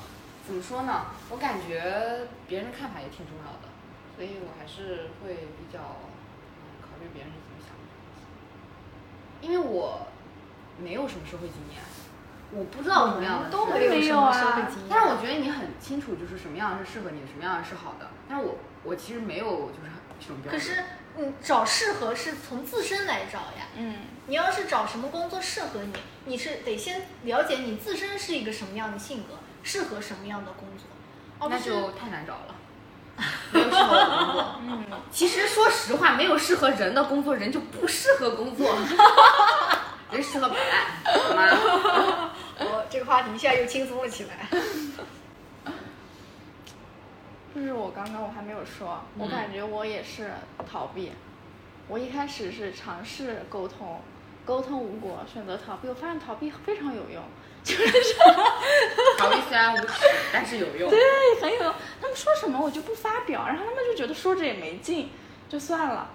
A: 怎么说呢，我感觉别人的看法也挺重要的。所以我还是会比较嗯考虑别人是怎么想的，因为我没有什么社会经验，我不知道什么样的
B: 都
A: 是
B: 没有啊什么社会经验，
A: 但是我觉得你很清楚，就是什么样是适合你的，什么样是好的。但是我我其实没有就是这种标准。
B: 可是你找适合是从自身来找呀。
D: 嗯，
B: 你要是找什么工作适合你，你是得先了解你自身是一个什么样的性格，适合什么样的工作，而哦不
A: 那
B: 是
A: 就太难找 了。没有适合的工作。嗯，其实说实话，没有适合人的工作，人就不适合工 作。人适合摆烂，好吗？
B: 我呃这个话题一下又轻松了起来。
D: 就是我刚刚我还没有说，我
A: 嗯
D: 感觉我也是逃避。我一开始是尝试沟通，沟通无果，选择逃避。我发现逃避非常有用， 就是
A: 逃避虽然无耻，但是有用。
D: 对很有用。他们说什么我就不发表，然后他们就觉得说着也没劲，就算了。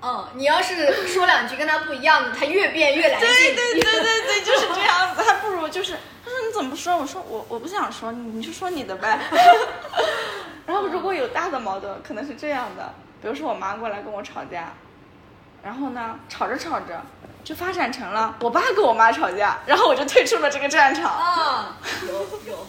B: 嗯，你要是说两句跟他不一样的，他越变越来劲。
D: 对对对对对，就是这样子，还不如就是，他说你怎么不说？我说我我不想说，你你就说你的呗。 然后如果有大的矛盾，可能是这样的，比如说我妈过来跟我吵架，然后呢吵着吵着就发展成了我爸跟我妈吵架，然后我就退出了这个战场。
B: 啊，有有，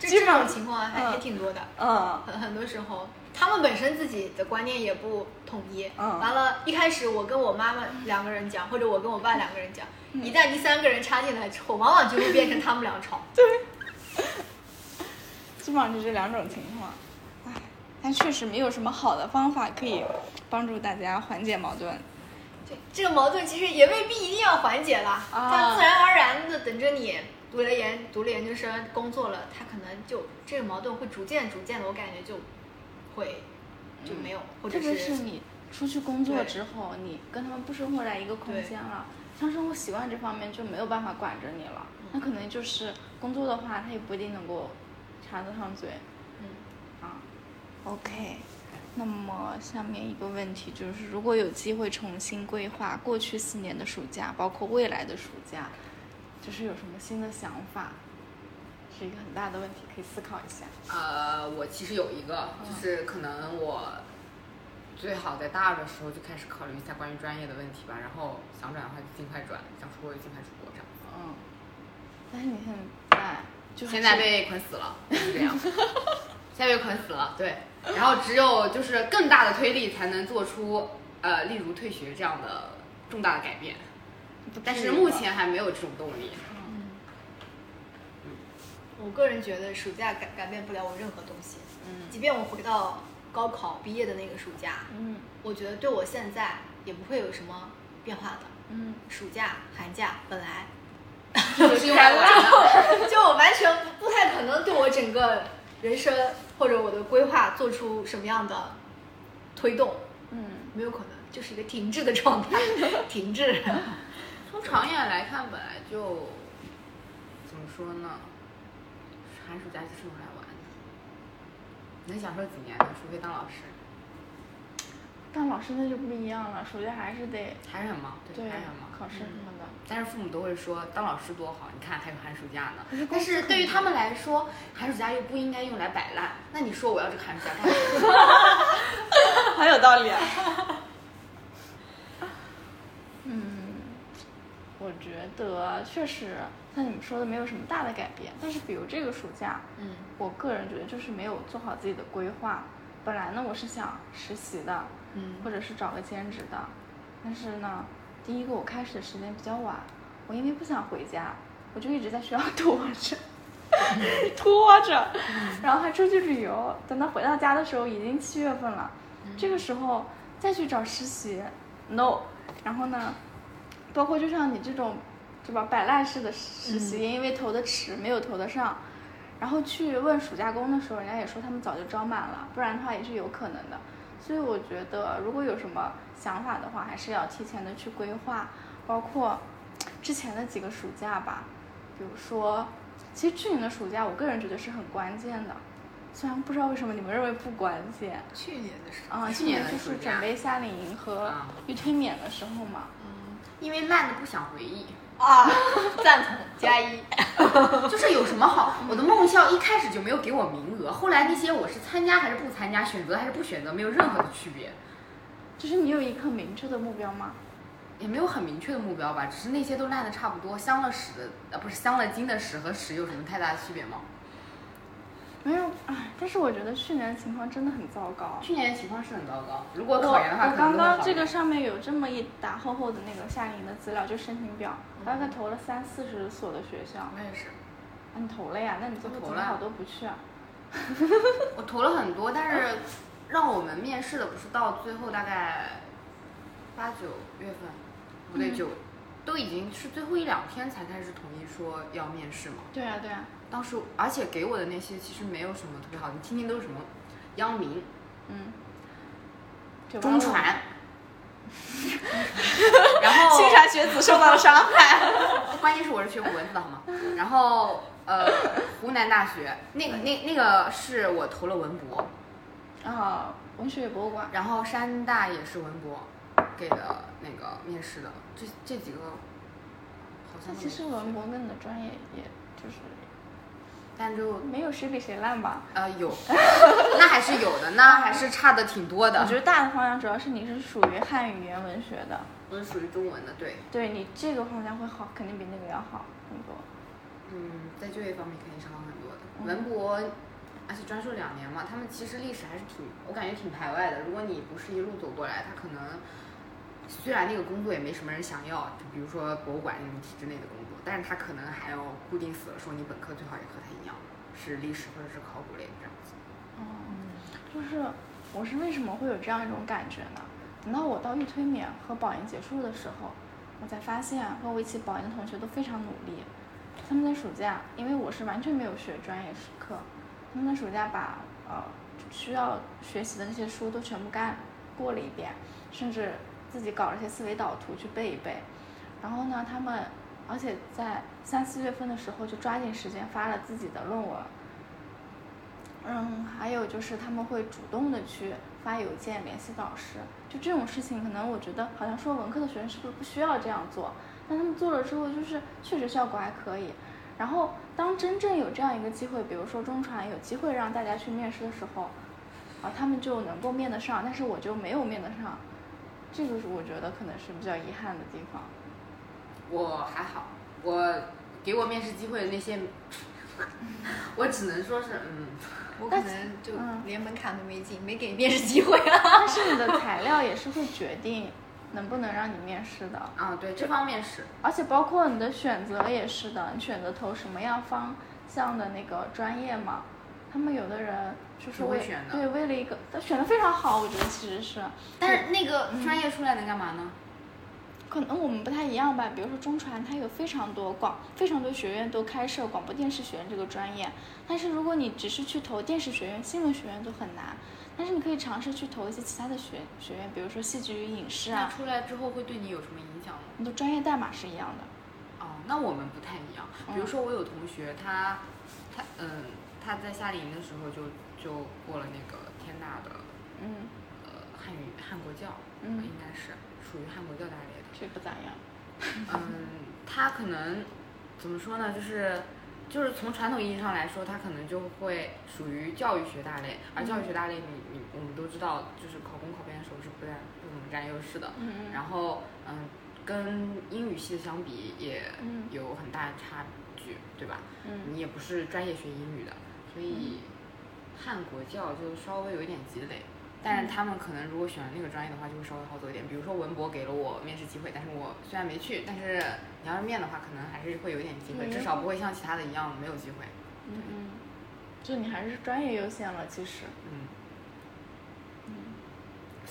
B: 就
D: 基
B: 这
D: 本上
B: 种情况还、
D: 嗯
B: 还挺多的。
D: 嗯
B: 很很多时候，他们本身自己的观念也不统一。
D: 嗯
B: 完了，一开始我跟我妈妈两个人讲，或者我跟我爸两个人讲，
D: 嗯
B: 一旦第三个人插进来之后，往往就会变成他们俩吵。
D: 基本上就这两种情况。唉，但确实没有什么好的方法可以帮助大家缓解矛盾。
B: 这这个矛盾其实也未必一定要缓解啦，
D: 啊
B: 它自然而然的等着你读了研、读了研究生、工作了，它可能就这个矛盾会逐渐逐渐的，我感觉就会就没有，或者
D: 嗯特别
B: 是
D: 是你出去工作
B: 对
D: 之后，你跟他们不生活在一个空
B: 对
D: 间了，像生活习惯这方面就没有办法管着你了。
B: 嗯
D: 那可能就是工作的话，他也不一定能够插得上嘴
B: 嗯，
D: 啊。OK，那么下面一个问题就是，如果有机会重新规划过去四年的暑假，包括未来的暑假，就是有什么新的想法？是一个很大的问题，可以思考一下。
A: 呃，我其实有一个，就是可能我最好在大二的时候就开始考虑一下关于专业的问题吧，然后想转的话就尽快转，想出国就尽快出国，这样。
D: 嗯，但是你现在就是
A: 现在被捆死 了，就是这样。现在被捆死了，对。然后只有就是更大的推力才能做出呃，例如退学这样的重大的改变，
D: 不
A: 但
D: 至
A: 是
D: 于
A: 目
D: 吧
A: 前还没有这种动力。
B: 嗯我个人觉得暑假改改变不了我任何东西。
D: 嗯
B: 即便我回到高考毕业的那个暑假，
D: 嗯
B: 我觉得对我现在也不会有什么变化的。
D: 嗯
B: 暑假、寒假本来
A: 就是用来玩的。
B: 就完全不不太可能对我整个人生或者我的规划做出什么样的推动，
D: 嗯，
B: 没有可能，就是一个停滞的状态，停滞。
A: 从长远来看，本来就怎么说呢，寒暑假就是用来玩的，能享受几年呢？除非当老师，
D: 当老师那就不一样了，暑假还是得
A: 还是很忙，对，
D: 对
A: 还是很忙。
D: 考试什么的。
A: 但是父母都会说，当老师多好，你看还有寒暑假
D: 可是啊
A: 呢。
D: 公
A: 但
D: 司
A: 是
D: 很
A: 对于
D: 忙
A: 他们来说，寒暑假又不应该用来摆烂。那你说我要这个寒暑假干什么？
D: 很有道理、啊。嗯，我觉得确实像你们说的没有什么大的改变，但是比如这个暑假，
B: 嗯，
D: 我个人觉得就是没有做好自己的规划。本来呢，我是想实习的，
B: 嗯
D: 或者是找个兼职的，但是呢，第一个我开始的时间比较晚，我因为不想回家，我就一直在学校 躲着。拖着， 然后还出去旅游。等到回到家的时候，已经七月份了，这个时候再去找实习，no。然后呢，包括就像你这种，是吧，摆烂式的实习，因为投的迟，没有投得上。然后去问暑假工的时候，人家也说他们早就招满了，不然的话也是有可能的。所以我觉得，如果有什么想法的话，还是要提前的去规划，包括之前的几个暑假吧，比如说，其实去年的暑假，我个人觉得是很关键的，虽然不知道为什么你们认为不关键
B: 去年的时
D: 啊，
A: 去
D: 去
A: 年
D: 年
A: 的
D: 就
A: 暑
D: 是
A: 假
D: 准备夏令营和
A: 啊
D: 预推免的时候嘛，
A: 因为烂的不想回忆。
B: 嗯啊，
E: 赞同加一。
A: 就是有什么好？我的梦校一开始就没有给我名额，后来那些我是参加还是不参加，选择还是不选择，没有任何的区别，
D: 就是你有一个明确的目标吗？
A: 也没有很明确的目标吧，只是那些都烂的差不多，镶了屎的，呃，不是镶了金的屎和屎有什么太大的区别吗？
D: 没有，唉，但是我觉得去年的情况真的很糟糕。
A: 去年的情况是很糟糕，如果
D: 我
A: 考研的话，
D: 我
A: 可能
D: 刚
A: 都会好
D: 刚
A: 一
D: 这
A: 点
D: 个上面有这么一沓厚厚的那个夏令营的资料，就申请表，
A: 嗯
D: 我大概投了三四十所的学校。
A: 我也是，
D: 啊，你投了呀？那你最后
A: 我投
D: 怎么
A: 了
D: 好多不去啊？
A: 我投了很多，但是让我们面试的不是到最后大概八九月份，不对
D: 嗯
A: 九，都已经是最后一两天才开始统一说要面试嘛。
D: 对啊，对啊，
A: 当时而且给我的那些其实没有什么特别好，你听听都是什么，央明、
D: 嗯。985
A: 中 传，然后
D: 新传学子受到 了伤害。
A: 关键是我是学古文字的好吗？然后呃，湖南大学那个那那个是我投了文博，
D: 啊，文学与博物馆。
A: 然后山大也是文博给的那个面试的，这这几个好像
D: 那
A: 都
D: 其实
A: 没
D: 文博跟你的专业也就是
A: 但就
D: 没有谁比谁烂吧？
A: 呃有， 那还是有的，那还是差的挺多
D: 我
A: 的
D: 觉。得大的方向主要是你是属于汉语言文学的，
A: 我是属于中文的，对，
D: 对你这个方向会好，肯定比那个要好很多。
A: 嗯，在就业方面肯定是好很多的。
D: 嗯
A: 文博，而且专硕两年嘛，他们其实历史还是挺，我感觉挺排外的。如果你不是一路走过来，他可能虽然那个工作也没什么人想要，就比如说博物馆那种体制内的工作，但是他可能还要固定死了，说你本科最好也和他一样是历史或者是考古类这样子。
D: 就是我是为什么会有这样一种感觉呢？等到我到预推免和保研结束的时候，我才发现啊和我一起保研的同学都非常努力。他们在暑假，因为我是完全没有学专业课，他们在暑假把呃需要学习的那些书都全部干过了一遍，甚至自己搞了一些思维导图去背一背。然后呢，他们而且在三四月份的时候就抓紧时间发了自己的论文，嗯，还有就是他们会主动的去发邮件联系导师，就这种事情，可能我觉得好像说文科的学生是不是不需要这样做，但他们做了之后，就是确实效果还可以。然后当真正有这样一个机会，比如说中传有机会让大家去面试的时候，啊，他们就能够面得上，但是我就没有面得上，这个是我觉得可能是比较遗憾的地方。
A: 我还好，我给我面试机会的那些， 我只能说是嗯。
B: 我可
D: 但
B: 能就
D: 嗯
B: 连门槛都没进，没给面试机会啊。
D: 但是你的材料也是会决定能不能让你面试的。
A: 啊，对，这方面是，
D: 而且包括你的选择也是的，你选择投什么样方向的那个专业嘛？他们有的人就是
A: 挺会
D: 为
A: 选的
D: 对为了一个，他选的非常好，我觉得其实是，
A: 但是那个专业出来能干嘛呢？
D: 可能我们不太一样吧。比如说中传，它有非常多广非常多学院都开设广播电视学院这个专业，但是如果你只是去投电视学院、新闻学院都很难。但是你可以尝试去投一些其他的学学院，比如说戏剧与影视
A: 那
D: 啊，
A: 出来之后会对你有什么影响吗？
D: 你的专业代码是一样的。
A: 哦，那我们不太一样。比如
D: 嗯
A: 说，我有同学，他，他，嗯，他在夏令营的时候就就过了那个天大的
D: 嗯，
A: 呃汉语汉国教，呃
D: 嗯
A: 应该是属于汉国教大类的。
D: 这不咋样。
A: 嗯，他可能怎么说呢？就是就是从传统意义上来说，他可能就会属于教育学大类，而教育学大类你，你我们都知道，就是考公考编的时候是不占不怎么占优势的。
D: 嗯嗯
A: 然后嗯，跟英语系的相比也
D: 嗯
A: 有很大的差距，对吧？
D: 嗯
A: 你也不是专业学英语的，所以汉国教就稍微有一点积累。但是他们可能如果选了那个专业的话，就会稍微好走一点。比如说文博给了我面试机会，但是我虽然没去，但是你要是面的话，可能还是会有一点机会，
D: 嗯
A: 至少不会像其他的一样没有机会。
D: 嗯嗯，就你还是专业优先了，其实。
A: 嗯，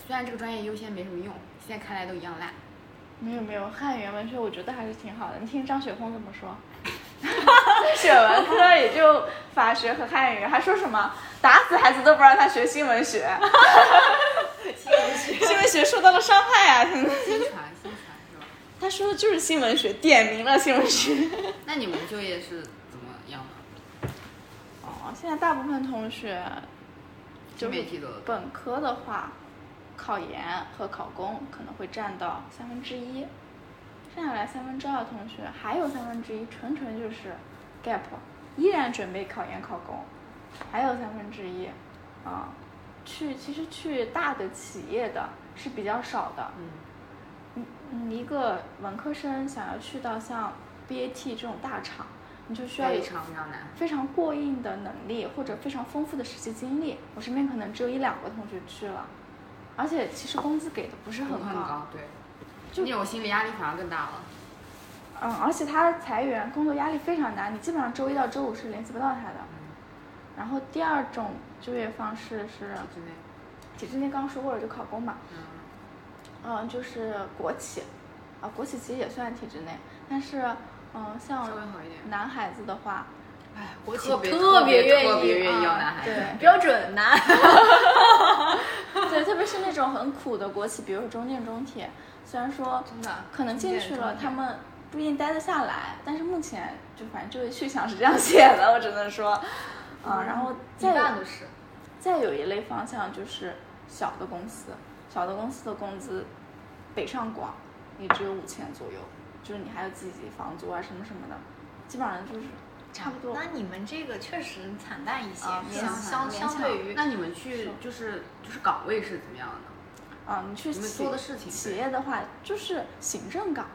A: 虽然这个专业优先没什么用，现在看来都一样 烂。
D: 没有没有，汉语言文学我觉得还是挺好的。你听张雪峰怎么 说？选文科也就法学和汉语，还说什么打死孩子都不让他学新闻 学， 新闻学受到了伤害啊！
A: 新传新传是吧？
D: 他说的就是新闻学，点名了新闻学。
A: 那你们就业是怎么样的？
D: 哦，现在大部分同学就
A: 媒
D: 是
A: 体的
D: 本科的话，考研和考公可能会占到三分之一，剩下来三分之二的同学，还有三分之一纯纯就是 gap，依然准备考研考公，还有三分之一，啊，去其实去大的企业的是比较少的，
A: 嗯，
D: 嗯嗯，一个文科生想要去到像 BAT 这种大厂，你就需要
A: 非
D: 有
A: 常非常难。
D: 非常过硬的能力或者非常丰富的实习经历。我身边可能只有一两个同学去了，而且其实工资给的不是很
A: 很
D: 高，
A: 高，对，就那种心理压力反而更大了。
D: 嗯，而且他裁员工作压力非常大，你基本上周一到周五是联系不到他的。然后第二种就业方式是
A: 之内，
D: 体制内刚说过了，就考公嘛，
A: 嗯，
D: 嗯，就是国企，啊，国企其实也算体制内，但是嗯，像
A: 稍微好一点
D: 男孩子的话，
B: 哎，国企
A: 特别
B: 特
A: 别
B: 愿
A: 特别
B: 意，啊
A: 愿意要男孩子，
B: 对，标准男，
D: 对，特别是那种很苦的国企，比如说中建、中铁，虽然说
B: 真的
D: 可能
B: 中
D: 进
B: 建
D: 去了，
B: 中
D: 他们不一定待得下来，但是目前就反正就业去向是这样写的，我只能说，啊，然
A: 嗯
D: 后
B: 嗯一
D: 再
B: 半都是。
D: 再有一类方向就是小的公司，小的公司的工资，北上广也只有五千左右，就是你还有自己房租啊什么什么的，基本上就是差不多
B: 那。你们这个确实惨淡一些，
D: 啊勉
B: 相
D: 强
B: 相
D: 勉
B: 相
D: 强
B: 对于
A: 那你们去就是就是岗位是怎么样的？
D: 啊，你去
A: 你们
D: 企
A: 做的事情
D: 企
A: 对
D: 业的话就是行政岗，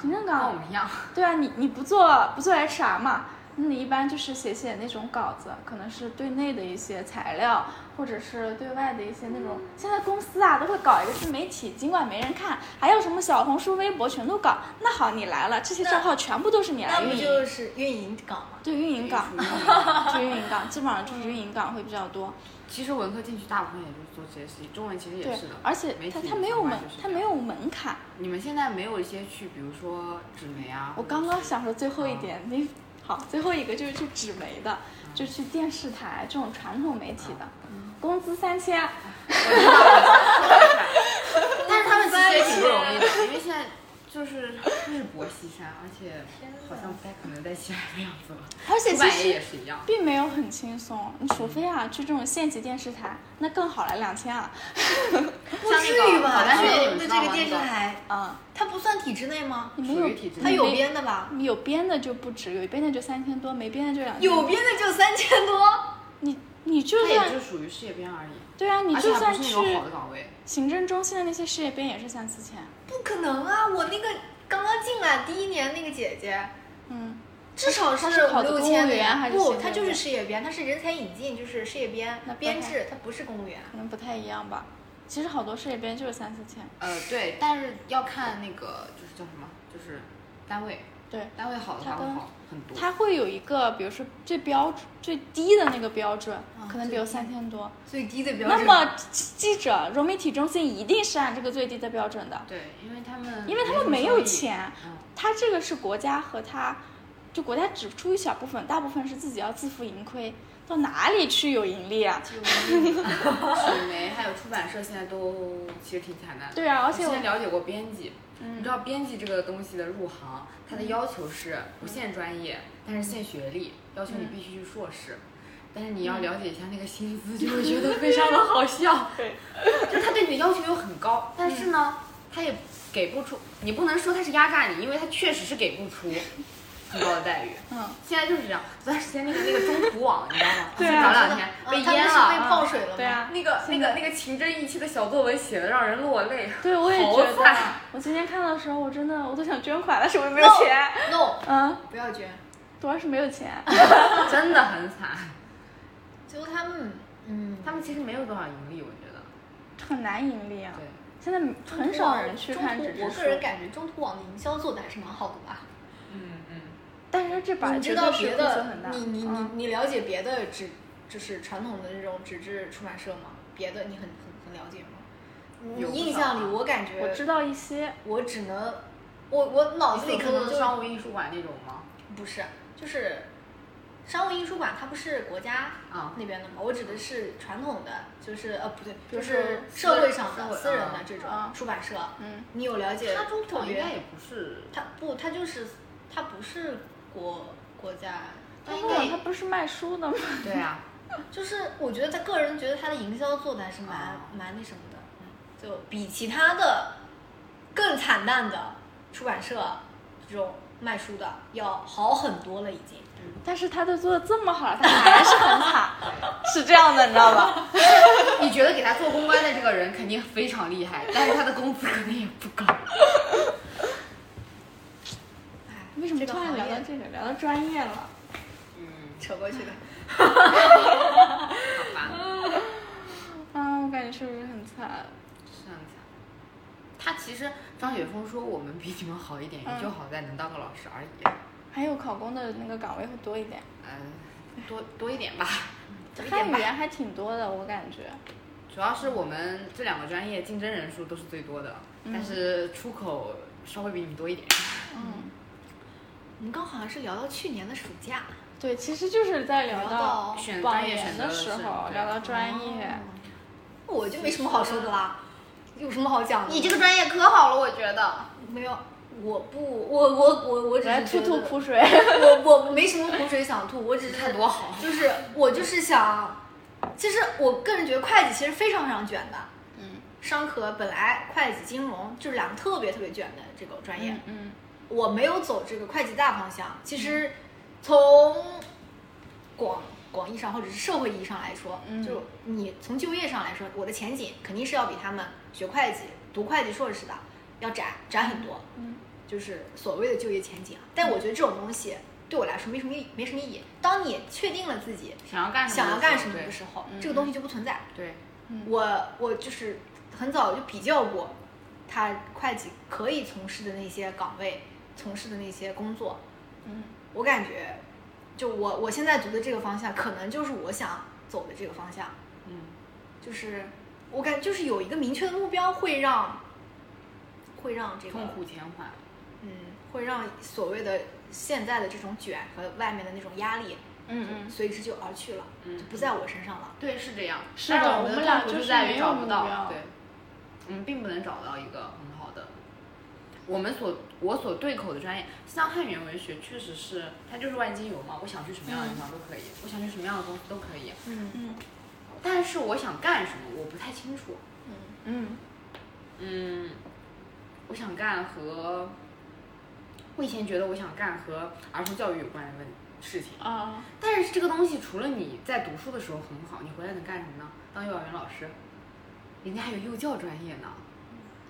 D: 行政
A: 跟我
D: 岗
A: 们一 样，
D: 对啊，你你不做不做 HR 嘛？那你一般就是写写那种稿子，可能是对内的一些材料，或者是对外的一些那种。现在公司啊都会搞一个自媒体，尽管没人看，还有什么小红书、微博全都搞。那好，你来了，这些账号全部都是你来
B: 那不
D: 运
B: 就
D: 营。
B: 是运营岗吗？
D: 对运 营岗， 就运营岗，基本上就是运营岗会比较多。
A: 其实文科进去大部分也就是做这些事情，中文其实也
D: 对
A: 是的，。
D: 而且
A: 媒
D: 它
A: 体
D: 它没有
A: 相
D: 门
A: 关就是，
D: 它
A: 这
D: 没
A: 样。
D: 有门槛。
A: 你们现在没有一些去，比如说纸媒啊。
D: 我
A: 或者
D: 刚刚
A: 是
D: 想说最后一点，
A: 嗯
D: 那好，最后一个就是去纸媒的，就去电视台这种传统媒体的，
A: 嗯
D: 工资三千，
A: 但是他们其实也挺不容易的，因为现在就是日薄西山，而且好像不太可能再起来的样子了。
D: 而且
A: 出
D: 其
A: 版业也
D: 实
A: 是一样，
D: 并没有很轻松，你除非啊去这种县级电视台，那更好了，两千啊，
A: 嗯
B: 不
A: 像那
B: 至
A: 个
B: 于
A: 好
B: 吧？
A: 男
B: 那
A: 女你
B: 这
A: 们知
B: 那
A: 道
B: 这个
A: 吗
B: 电视
A: 那个
B: 台，
D: 啊，
B: 它不算体制内吗？
D: 你没
A: 属于
D: 有
A: 体制
B: 它
A: 内。
B: 有编的吧？
D: 你有编的就不止，有编的就三千多，没编的就两千，
B: 有编的就三千多，
D: 你你就
A: 它也就
D: 算
A: 属于事业编而已，
D: 对啊，你
A: 而且
D: 就
A: 还
D: 算
A: 不是
D: 去
A: 那种好的岗位。
D: 行政中心的那些事业编也是三四千，
B: 不可能啊！我那个刚刚进来第一年那个姐姐，
D: 嗯，
B: 至少
D: 她
B: 是
D: 是考的
B: 五六
D: 公务
B: 千的
D: 员
B: 呀
D: 还是事业
B: 不，
D: 编
B: 她就是事业编，她是人才引进，就是事业编
D: 那不
B: 编
D: 太
B: 制，她不是公务员。
D: 可能不太一样吧。其实好多事业编就是三四千，
A: 呃，对，但是要看那个就是叫什么，就是单位，
D: 对，
A: 单位好的话
D: 它
A: 会
D: 跟
A: 好很多。
D: 它会有一个，比如说最标准最低的那个标准，可能比如
B: 最
D: 三千多。
B: 最低的标
D: 那
B: 准。
D: 么记者融媒体中心一定是按这个最低的标准的，
A: 对，因为他们
D: 因为他们
A: 嗯没什
D: 没
A: 么
D: 有
A: 收益，
D: 钱
A: 嗯，
D: 它这个是国家和它，就国家只出一小部分，大部分是自己要自负盈亏，到哪里去有盈利啊？
A: 纸媒还有出版社现在都其实挺惨淡的。
D: 对啊而且
A: 我之前嗯
D: 我
A: 了解过编辑，你知道编辑这个东西的入行，它的要求是不限专业，但是限学历，要求你必须是硕士。但是你要了解一下那个薪 资，就会觉得非常的好笑。
D: 对，
A: 就是他对嗯你的要求又很高，但是呢，他也给不出，你不能说他是压榨你，因为他确实是给不出很高的待遇。
D: 嗯，
A: 现在就是这样。前段时间那个那个中途网，你知道吗？
D: 对啊
A: 早两天被
B: 他
A: 淹
B: 们
A: 了。嗯
B: 是被泡水了吗？
D: 对啊，
A: 那个那个那个情真意切的小作文写的让人落泪。
D: 对我也觉
A: 好
D: 得
A: 惨，
D: 我今天看到的时候，我真的我都想捐款，但是我又没有
B: No
D: 钱，
B: ，no，
D: 嗯，
B: 不要捐。
D: 主要是没有钱，
A: 真的很惨。
B: 最后他们，嗯，
A: 他们其实没有多少盈利，我觉得。
D: 很难盈利啊。
A: 对，
D: 现在
B: 中
D: 很
B: 途
D: 少
B: 网
D: 人去
B: 中
D: 看
B: 途
D: 纸质
B: 我
D: 书
B: 个人感觉中途网的营销做的还是蛮好的吧。
A: 嗯嗯。
D: 但是这把
B: 你知
D: 绝
B: 道
D: 对是
B: 别
D: 亏损
B: 的
D: 很大。，
B: 你你你
D: 嗯
B: 你了解别的纸，就是传统的那种纸质出版社吗？别的你很很很了解吗？
A: 有
B: 你
A: 不
B: 印
A: 少
B: 象里，我感觉
D: 我知道一些，
B: 我只能，我我脑子里可能
A: 是
B: 就
A: 商务印书馆那种吗？
B: 不是，就是商务印书馆，它不是国家
A: 啊
B: 那边的吗？我指的是传统的，就是呃不对，
A: 就
B: 就是是社会上
A: 社
B: 的
A: 会
B: 私人的
A: 啊
B: 这种
D: 啊
B: 出版社。
D: 嗯，
B: 你有了解
A: 它中途
B: 特
A: 网应
B: 别
A: 该？也不是。
B: 它不，它就是它不是国国家，它
D: 他
B: 应
D: 问
B: 该
D: 我他不是卖书的吗？
A: 对啊，
B: 就是我觉得他个人觉得他的营销做的还是蛮、
A: 啊
B: 蛮那什么的，嗯就比其他的更惨淡的出版社这种卖书的要好很多了，已经。
D: 但是他都做的这么好了，他还是很惨，是这样的，你知道吧？
A: 你觉得给他做公关的这个人肯定非常厉害， 但是他的工资肯定也不高。
B: 哎，
D: 为什么
B: 这个
D: 突然
B: 行
D: 聊到
B: 业
D: 这个，聊到专业了？
A: 嗯，
B: 扯过去 的？
A: 好吧，
D: 啊，我感觉是不是很惨？
A: 是这样子啊。他其实张雪峰说我们比你们好一点，也就好在能当个老师而已。啊
D: 还有考公的那个岗位会多一点，
A: 嗯，多多一点吧。
B: 多一
D: 汉
B: 点
D: 语
B: 吧。
D: 言还挺多的，我感觉。
A: 主要是我们这两个专业竞争人数都是最多的，但是出口稍微比你们多一点。
D: 嗯，
B: 我们刚好像是聊到去年的暑假，
D: 对，其实就是在聊
B: 聊
D: 到
B: 到
A: 选
D: 网
A: 专业
D: 哦言
A: 选择
D: 的
A: 是
D: 时候，
A: 对
D: 聊到
B: 哦
D: 专业。
B: 我就没什么好说的啦，有什么好讲的？
E: 你这个专业可好了，我觉得。
B: 没有，我不，我我我我只
D: 来
B: 是
D: 吐
B: 觉
D: 吐
B: 得
D: 苦水。
B: 我 我没什么苦水想吐，我只是
A: 他 多好，
B: 就是我就是想，其实我个人觉得会计其实非常非常卷的，
D: 嗯
B: 商科本来会计金融就是两个特别特别卷的这个专业，
D: 嗯嗯，
B: 我没有走这个会计大方向。其实从广广义上或者是社会意义上来说，
D: 嗯
B: 就你从就业上来说，我的前景肯定是要比他们学会计、读会计硕士的要窄窄很多。
D: 嗯，
B: 就是所谓的就业前景啊。但我觉得这种东西对我来说没什么意没什么意义。当你确定了自己
A: 想要干什么
B: 想要干什么
A: 对嗯
B: 的时候
D: 嗯，
B: 这个东西就不存在。
A: 对，
B: 我我就是很早就比较过，他会计可以从事的那些岗位，从事的那些工作，
D: 嗯，
B: 我感觉，就我我现在读的这个方向，可能就是我想走的这个方向，
A: 嗯，
B: 就是我感就是有一个明确的目标，会让会让这个
A: 痛苦减缓。
B: 嗯，会让所谓的现在的这种卷和外面的那种压力，
D: 嗯嗯
B: 随之就而去了，
A: 嗯
B: 就不在我身上了。
A: 对，是这样。
D: 是
A: 但
D: 的
A: 我
D: 我
A: 们
D: 们
A: 的
D: 俩
A: 痛苦
D: 就
A: 就是在
D: 没
A: 于
D: 有
A: 找
D: 目
A: 不到
D: 标，
A: 对，我们并不能找到一个很好的。我们所我所对口的专业，像汉语言文学，确实是它就是万金油嘛。我想去什么样的地方都可以，我想去什么样的公司都可以。
B: 嗯
D: 嗯
A: 但是我想干什么，我不太清楚。
B: 嗯，
D: 嗯
A: 嗯，我想干和我以前觉得我想干和儿童教育有关的问事情，
D: 啊，
A: 但是这个东西除了你在读书的时候很好，你回来能干什么呢？当幼儿园老师，人家还有幼教专业呢，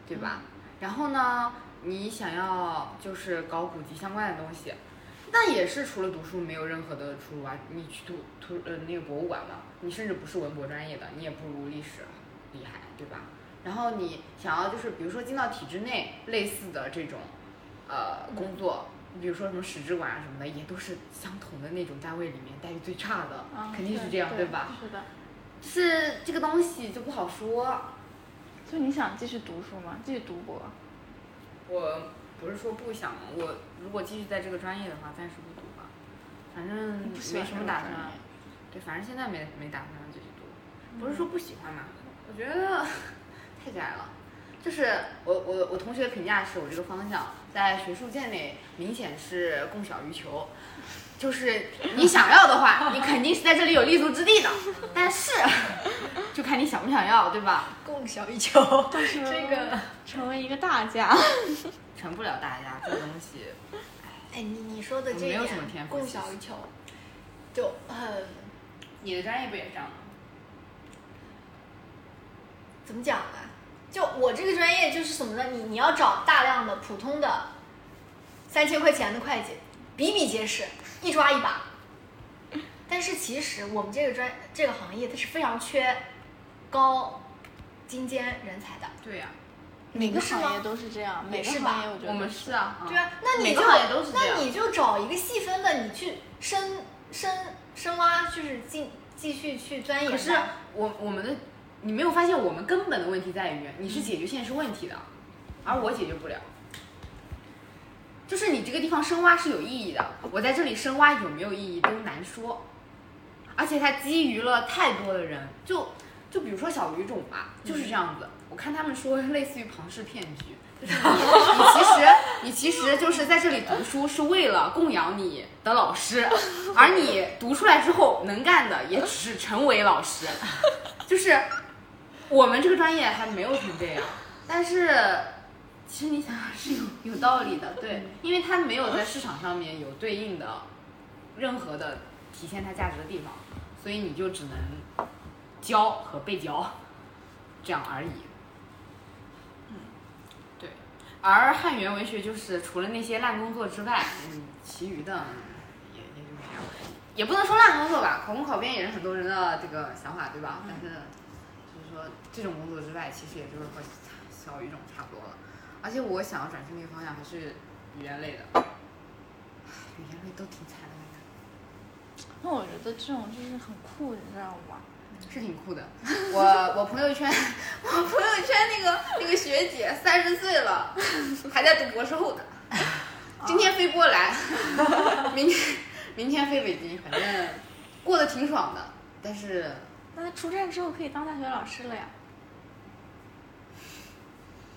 A: 对吧？
D: 嗯
A: 然后呢，你想要就是搞古籍相关的东西，那也是除了读书没有任何的出路啊！你去图图呃那个博物馆嘛，你甚至不是文博专业的，你也不如历史厉害，对吧？然后你想要就是比如说进到体制内类似的这种呃工作，你比如说什么史志馆啊什么的，也都是相同的那种单位里面待遇最差的，
D: 啊
A: 肯定是这样，
D: 对
A: 吧？？
D: 是的。
A: 是这个东西就不好说。
D: 就你想继续读书吗？继续读博？
A: 我不是说不想，我如果继续在这个专业的话，暂时不读吧，反正
D: 你
A: 没
D: 不喜欢
A: 什么
D: 这个
A: 打
D: 专
A: 算
D: 业。嗯
A: 对，反正现在没没打算继续读，不是说不喜欢嘛，我觉得 太窄了。就是我我我同学评价是我这个方向在学术界内明显是供小于求，就是你想要的话，你肯定是在这里有立足之地的，但是就看你想不想要，对吧？
B: 供小于求，
D: 这
B: 这 个，
D: 成为一个大家。
A: 成不了大家这个东西，
B: 哎，你你说的
A: 我
B: 这一
A: 没有
B: 点
A: 什么天，赋
B: 供
A: 其实
B: 小于求，就很
A: 你的专业不也这样吗？
B: 怎么讲呢？就我这个专业就是什么呢？你你要找大量的普通的三千块钱的会计，比比皆是，一抓一把。但是其实我们这个专这个行业它是非常缺高精尖人才的。
A: 对呀、
D: 每个
B: 是吗
D: 行业都是这样，每
B: 也
D: 个
B: 是
D: 行
B: 吧
D: 业我觉得
A: 我们
D: 都
A: 是啊，
B: 对啊，那你
A: 每
B: 就
A: 个行业都是这样
B: 那你就找一个细分的，你去深深深挖，就是进继续去钻研吧。
A: 可是我我们的，你没有发现我们根本的问题在于你是解决现实问题的，而我解决不了。就是你这个地方深挖是有意义的，我在这里深挖有没有意义都难说，而且它基于了太多的人，就就比如说小语种吧，就是这样子。我看他们说 类似于庞氏骗局，你其实你其实就是在这里读书是为了供养你的老师，而你读出来之后能干的也只是成为老师，啊就是我们这个专业还没有成这样，但是其实你想想是有有道理的，对，因为它没有在市场上面有对应的任何的体现它价值的地方，所以你就只能教和被教，这样而已。嗯，对。而汉语言文学就是除了那些烂工作之外，嗯，其余的也也就是这样，也不能说烂工作吧，考公考编也是很多人的这个想法，对吧？但是就是说这种工作之外，其实也就是和小语种差不多了。而且我想要转向那个方向还是语言类的，唉语言类都挺惨的，我感
D: 那我觉得这种就是很酷，你知道吗？
A: 觉是挺酷的。我我朋友圈， 我朋友圈那个那个学姐三十岁了，还在读博士后呢，今天飞波兰， 明天明天飞北京，反正过得挺爽的。但是
D: 那他出站之后可以当大学老师了呀？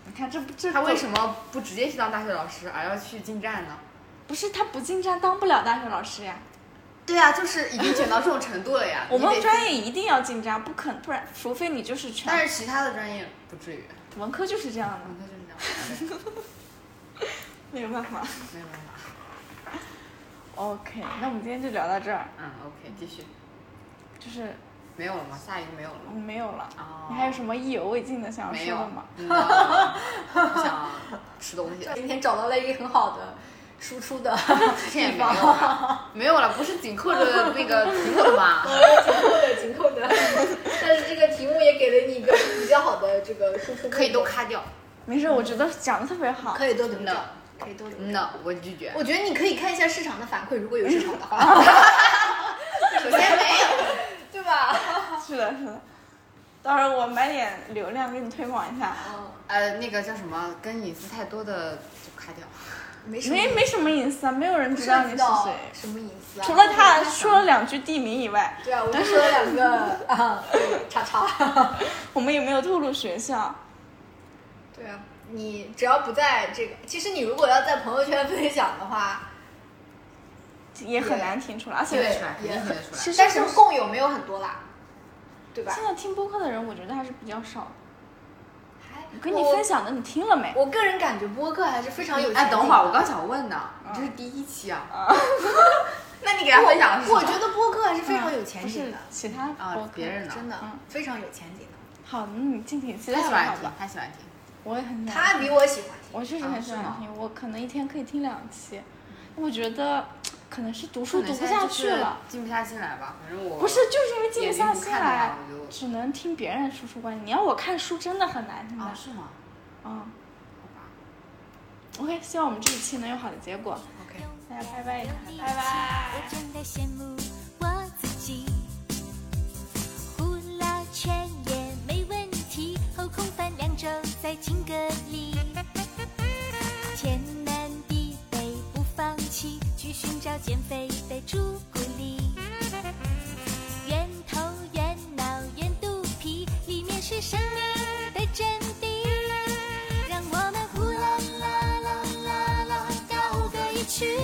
D: 你看这不这
A: 他为
D: 么
A: 什么不直接去当大学老师，而要去进站呢？
D: 不是他不进站当不了大学老师呀？。
A: 对啊，就是已经卷到这种程度了呀
D: 我
A: 你
D: 们
A: 得
D: 专业一定要进站，不肯不然，除非你就是
A: 但
D: 全
A: 是其他的专业不至于，
D: 文科就是这样的
A: 本，科就是这样，
D: 没有办法。
A: 对没有办法。
D: OK，那我们今天就聊到这儿，
A: 嗯，OK，继续。
D: 就是
A: 没有了吗？下一个没有了吗？
D: 没有了。
A: 哦
D: 你还有什么意犹未尽的想要
A: 没
D: 说
A: 有
D: 的啊吗？
A: 嗯我想吃东西了，
B: 今天找到了一个很好的输出的
A: 之前也
B: 地
A: 没有
B: 方，
A: 了，没有了，不是紧扣着那个题目的吧？
B: 紧扣的紧扣的。但是这个题目也给了你一个比较好的这个输出，
A: 可以都，咔掉，
D: 没事，我觉得讲的特别好。
B: 可以多留
A: 嗯
B: 着，可以多留
A: 嗯
B: 着。
A: 呢，我拒绝。
B: 我觉得你可以看一下市场的反馈，如果有市场的话，
A: 首先没有，
B: 对吧？
D: 是的，是的。到时候我买点流量给你推广一下，
B: 嗯，
A: 呃，那个叫什么，跟隐私太多的就咔掉。
B: 没什么
D: 没没什么隐私啊，没有人
B: 不
D: 知
B: 知
D: 道
B: 道
D: 你
B: 你
D: 是
B: 是
D: 谁
B: 谁，，什么隐私啊？
D: 除了他说了两句地名以外，
B: 对啊，我就说了两个啊，对叉叉。
D: 我们也没有透露学校。
B: 对啊，你只要不在这个，其实你如果要在朋友圈分享的话，
D: 也很难听出来，而
A: 听得
D: 且
A: 出来，肯定
B: 也
A: 听得出来。
D: 其实
B: 但是共有没有很多啦，对吧
D: 现？在听播客的人，我觉得还是比较少的。
B: 还
D: 我跟你分，享的，你听了没？
B: 我个人感觉播客还是非常有。
A: 哎，等会儿，我，刚想问呢，你这是第一期啊？ 那你给大家分享的是
B: 我
A: 什
B: 我
A: 么？
B: 觉得播客还是非常有
D: 嗯不
B: 前景
D: 是
B: 的，
D: 其他播
A: 啊
D: 客，，
A: 别人呢？
B: 真的
D: 嗯
B: 非常有前景的。
D: 好，那你敬请期
A: 他
D: 待
A: 喜
D: 吧，
A: 欢
D: 好
A: 听
D: 吧，？
A: 他喜欢听。
D: 我也很想
B: 他比我喜欢听，
D: 嗯我确实
A: 啊
D: 很
A: 是
D: 喜欢
A: 吗
D: 听，我可能一天可以听两期。我觉得可能是读
A: 可
D: 书
A: 能
D: 读不
A: 现在
D: 下
A: 就
D: 去
A: 是
D: 了，
A: 静不下心来吧。反正我
D: 不是，就是因为静
A: 眼
D: 不
A: 睛
D: 下
A: 不
D: 心
A: 看的
D: 来
A: 话，我就
D: 只能听别人输出观点。你要我看书，真的很难听的
A: 啊，。是吗？
D: 嗯
A: 好吧。
D: ，OK，希望我们这一期能有好的结果。
A: OK
D: 大家拜拜一下，拜拜。
F: 我真的羡慕我自己，呼啦圈也没问题，后空翻两周在情歌里，天南地北不放弃，去寻找减肥的朱古力。圆头圆脑圆肚皮，里面是生命的真谛。让我们呼啦啦啦啦啦高歌一曲。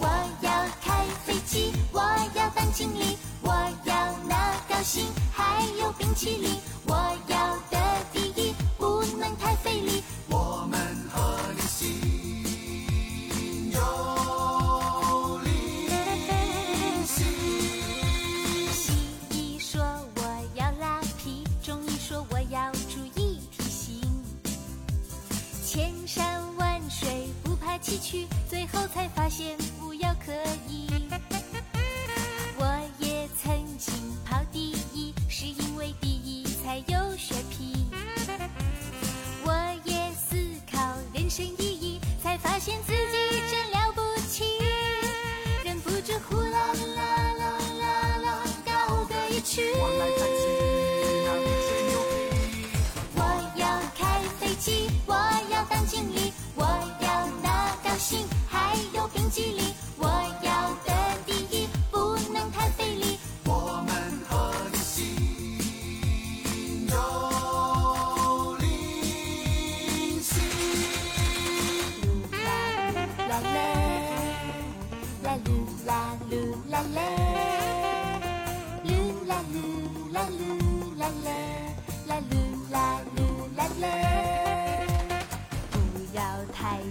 F: 我要开飞机，我要当经理，我要拿高薪，还有冰淇淋。我要得第一，不能太费力。西医说我要拉皮，中医说我要注意体型，千山万水不怕崎岖，最后才发现无药可医。我也曾经跑第一，是因为第一才有血皮。我也思考人生意义，才发现自己真了不起。忍不住呼啦啦啦啦啦高歌一曲。我要开飞机，我要当经理，我要拿高薪，还有冰激凌。我要得第一，不能太费力。路啦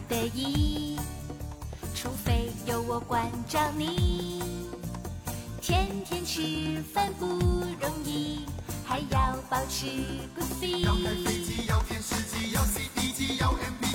F: 得意，除非有我关照你。天天吃饭不容易，还要保持 good
G: 要开
F: feel
G: 飞。机，要电视机，要 CD 机，要 MP。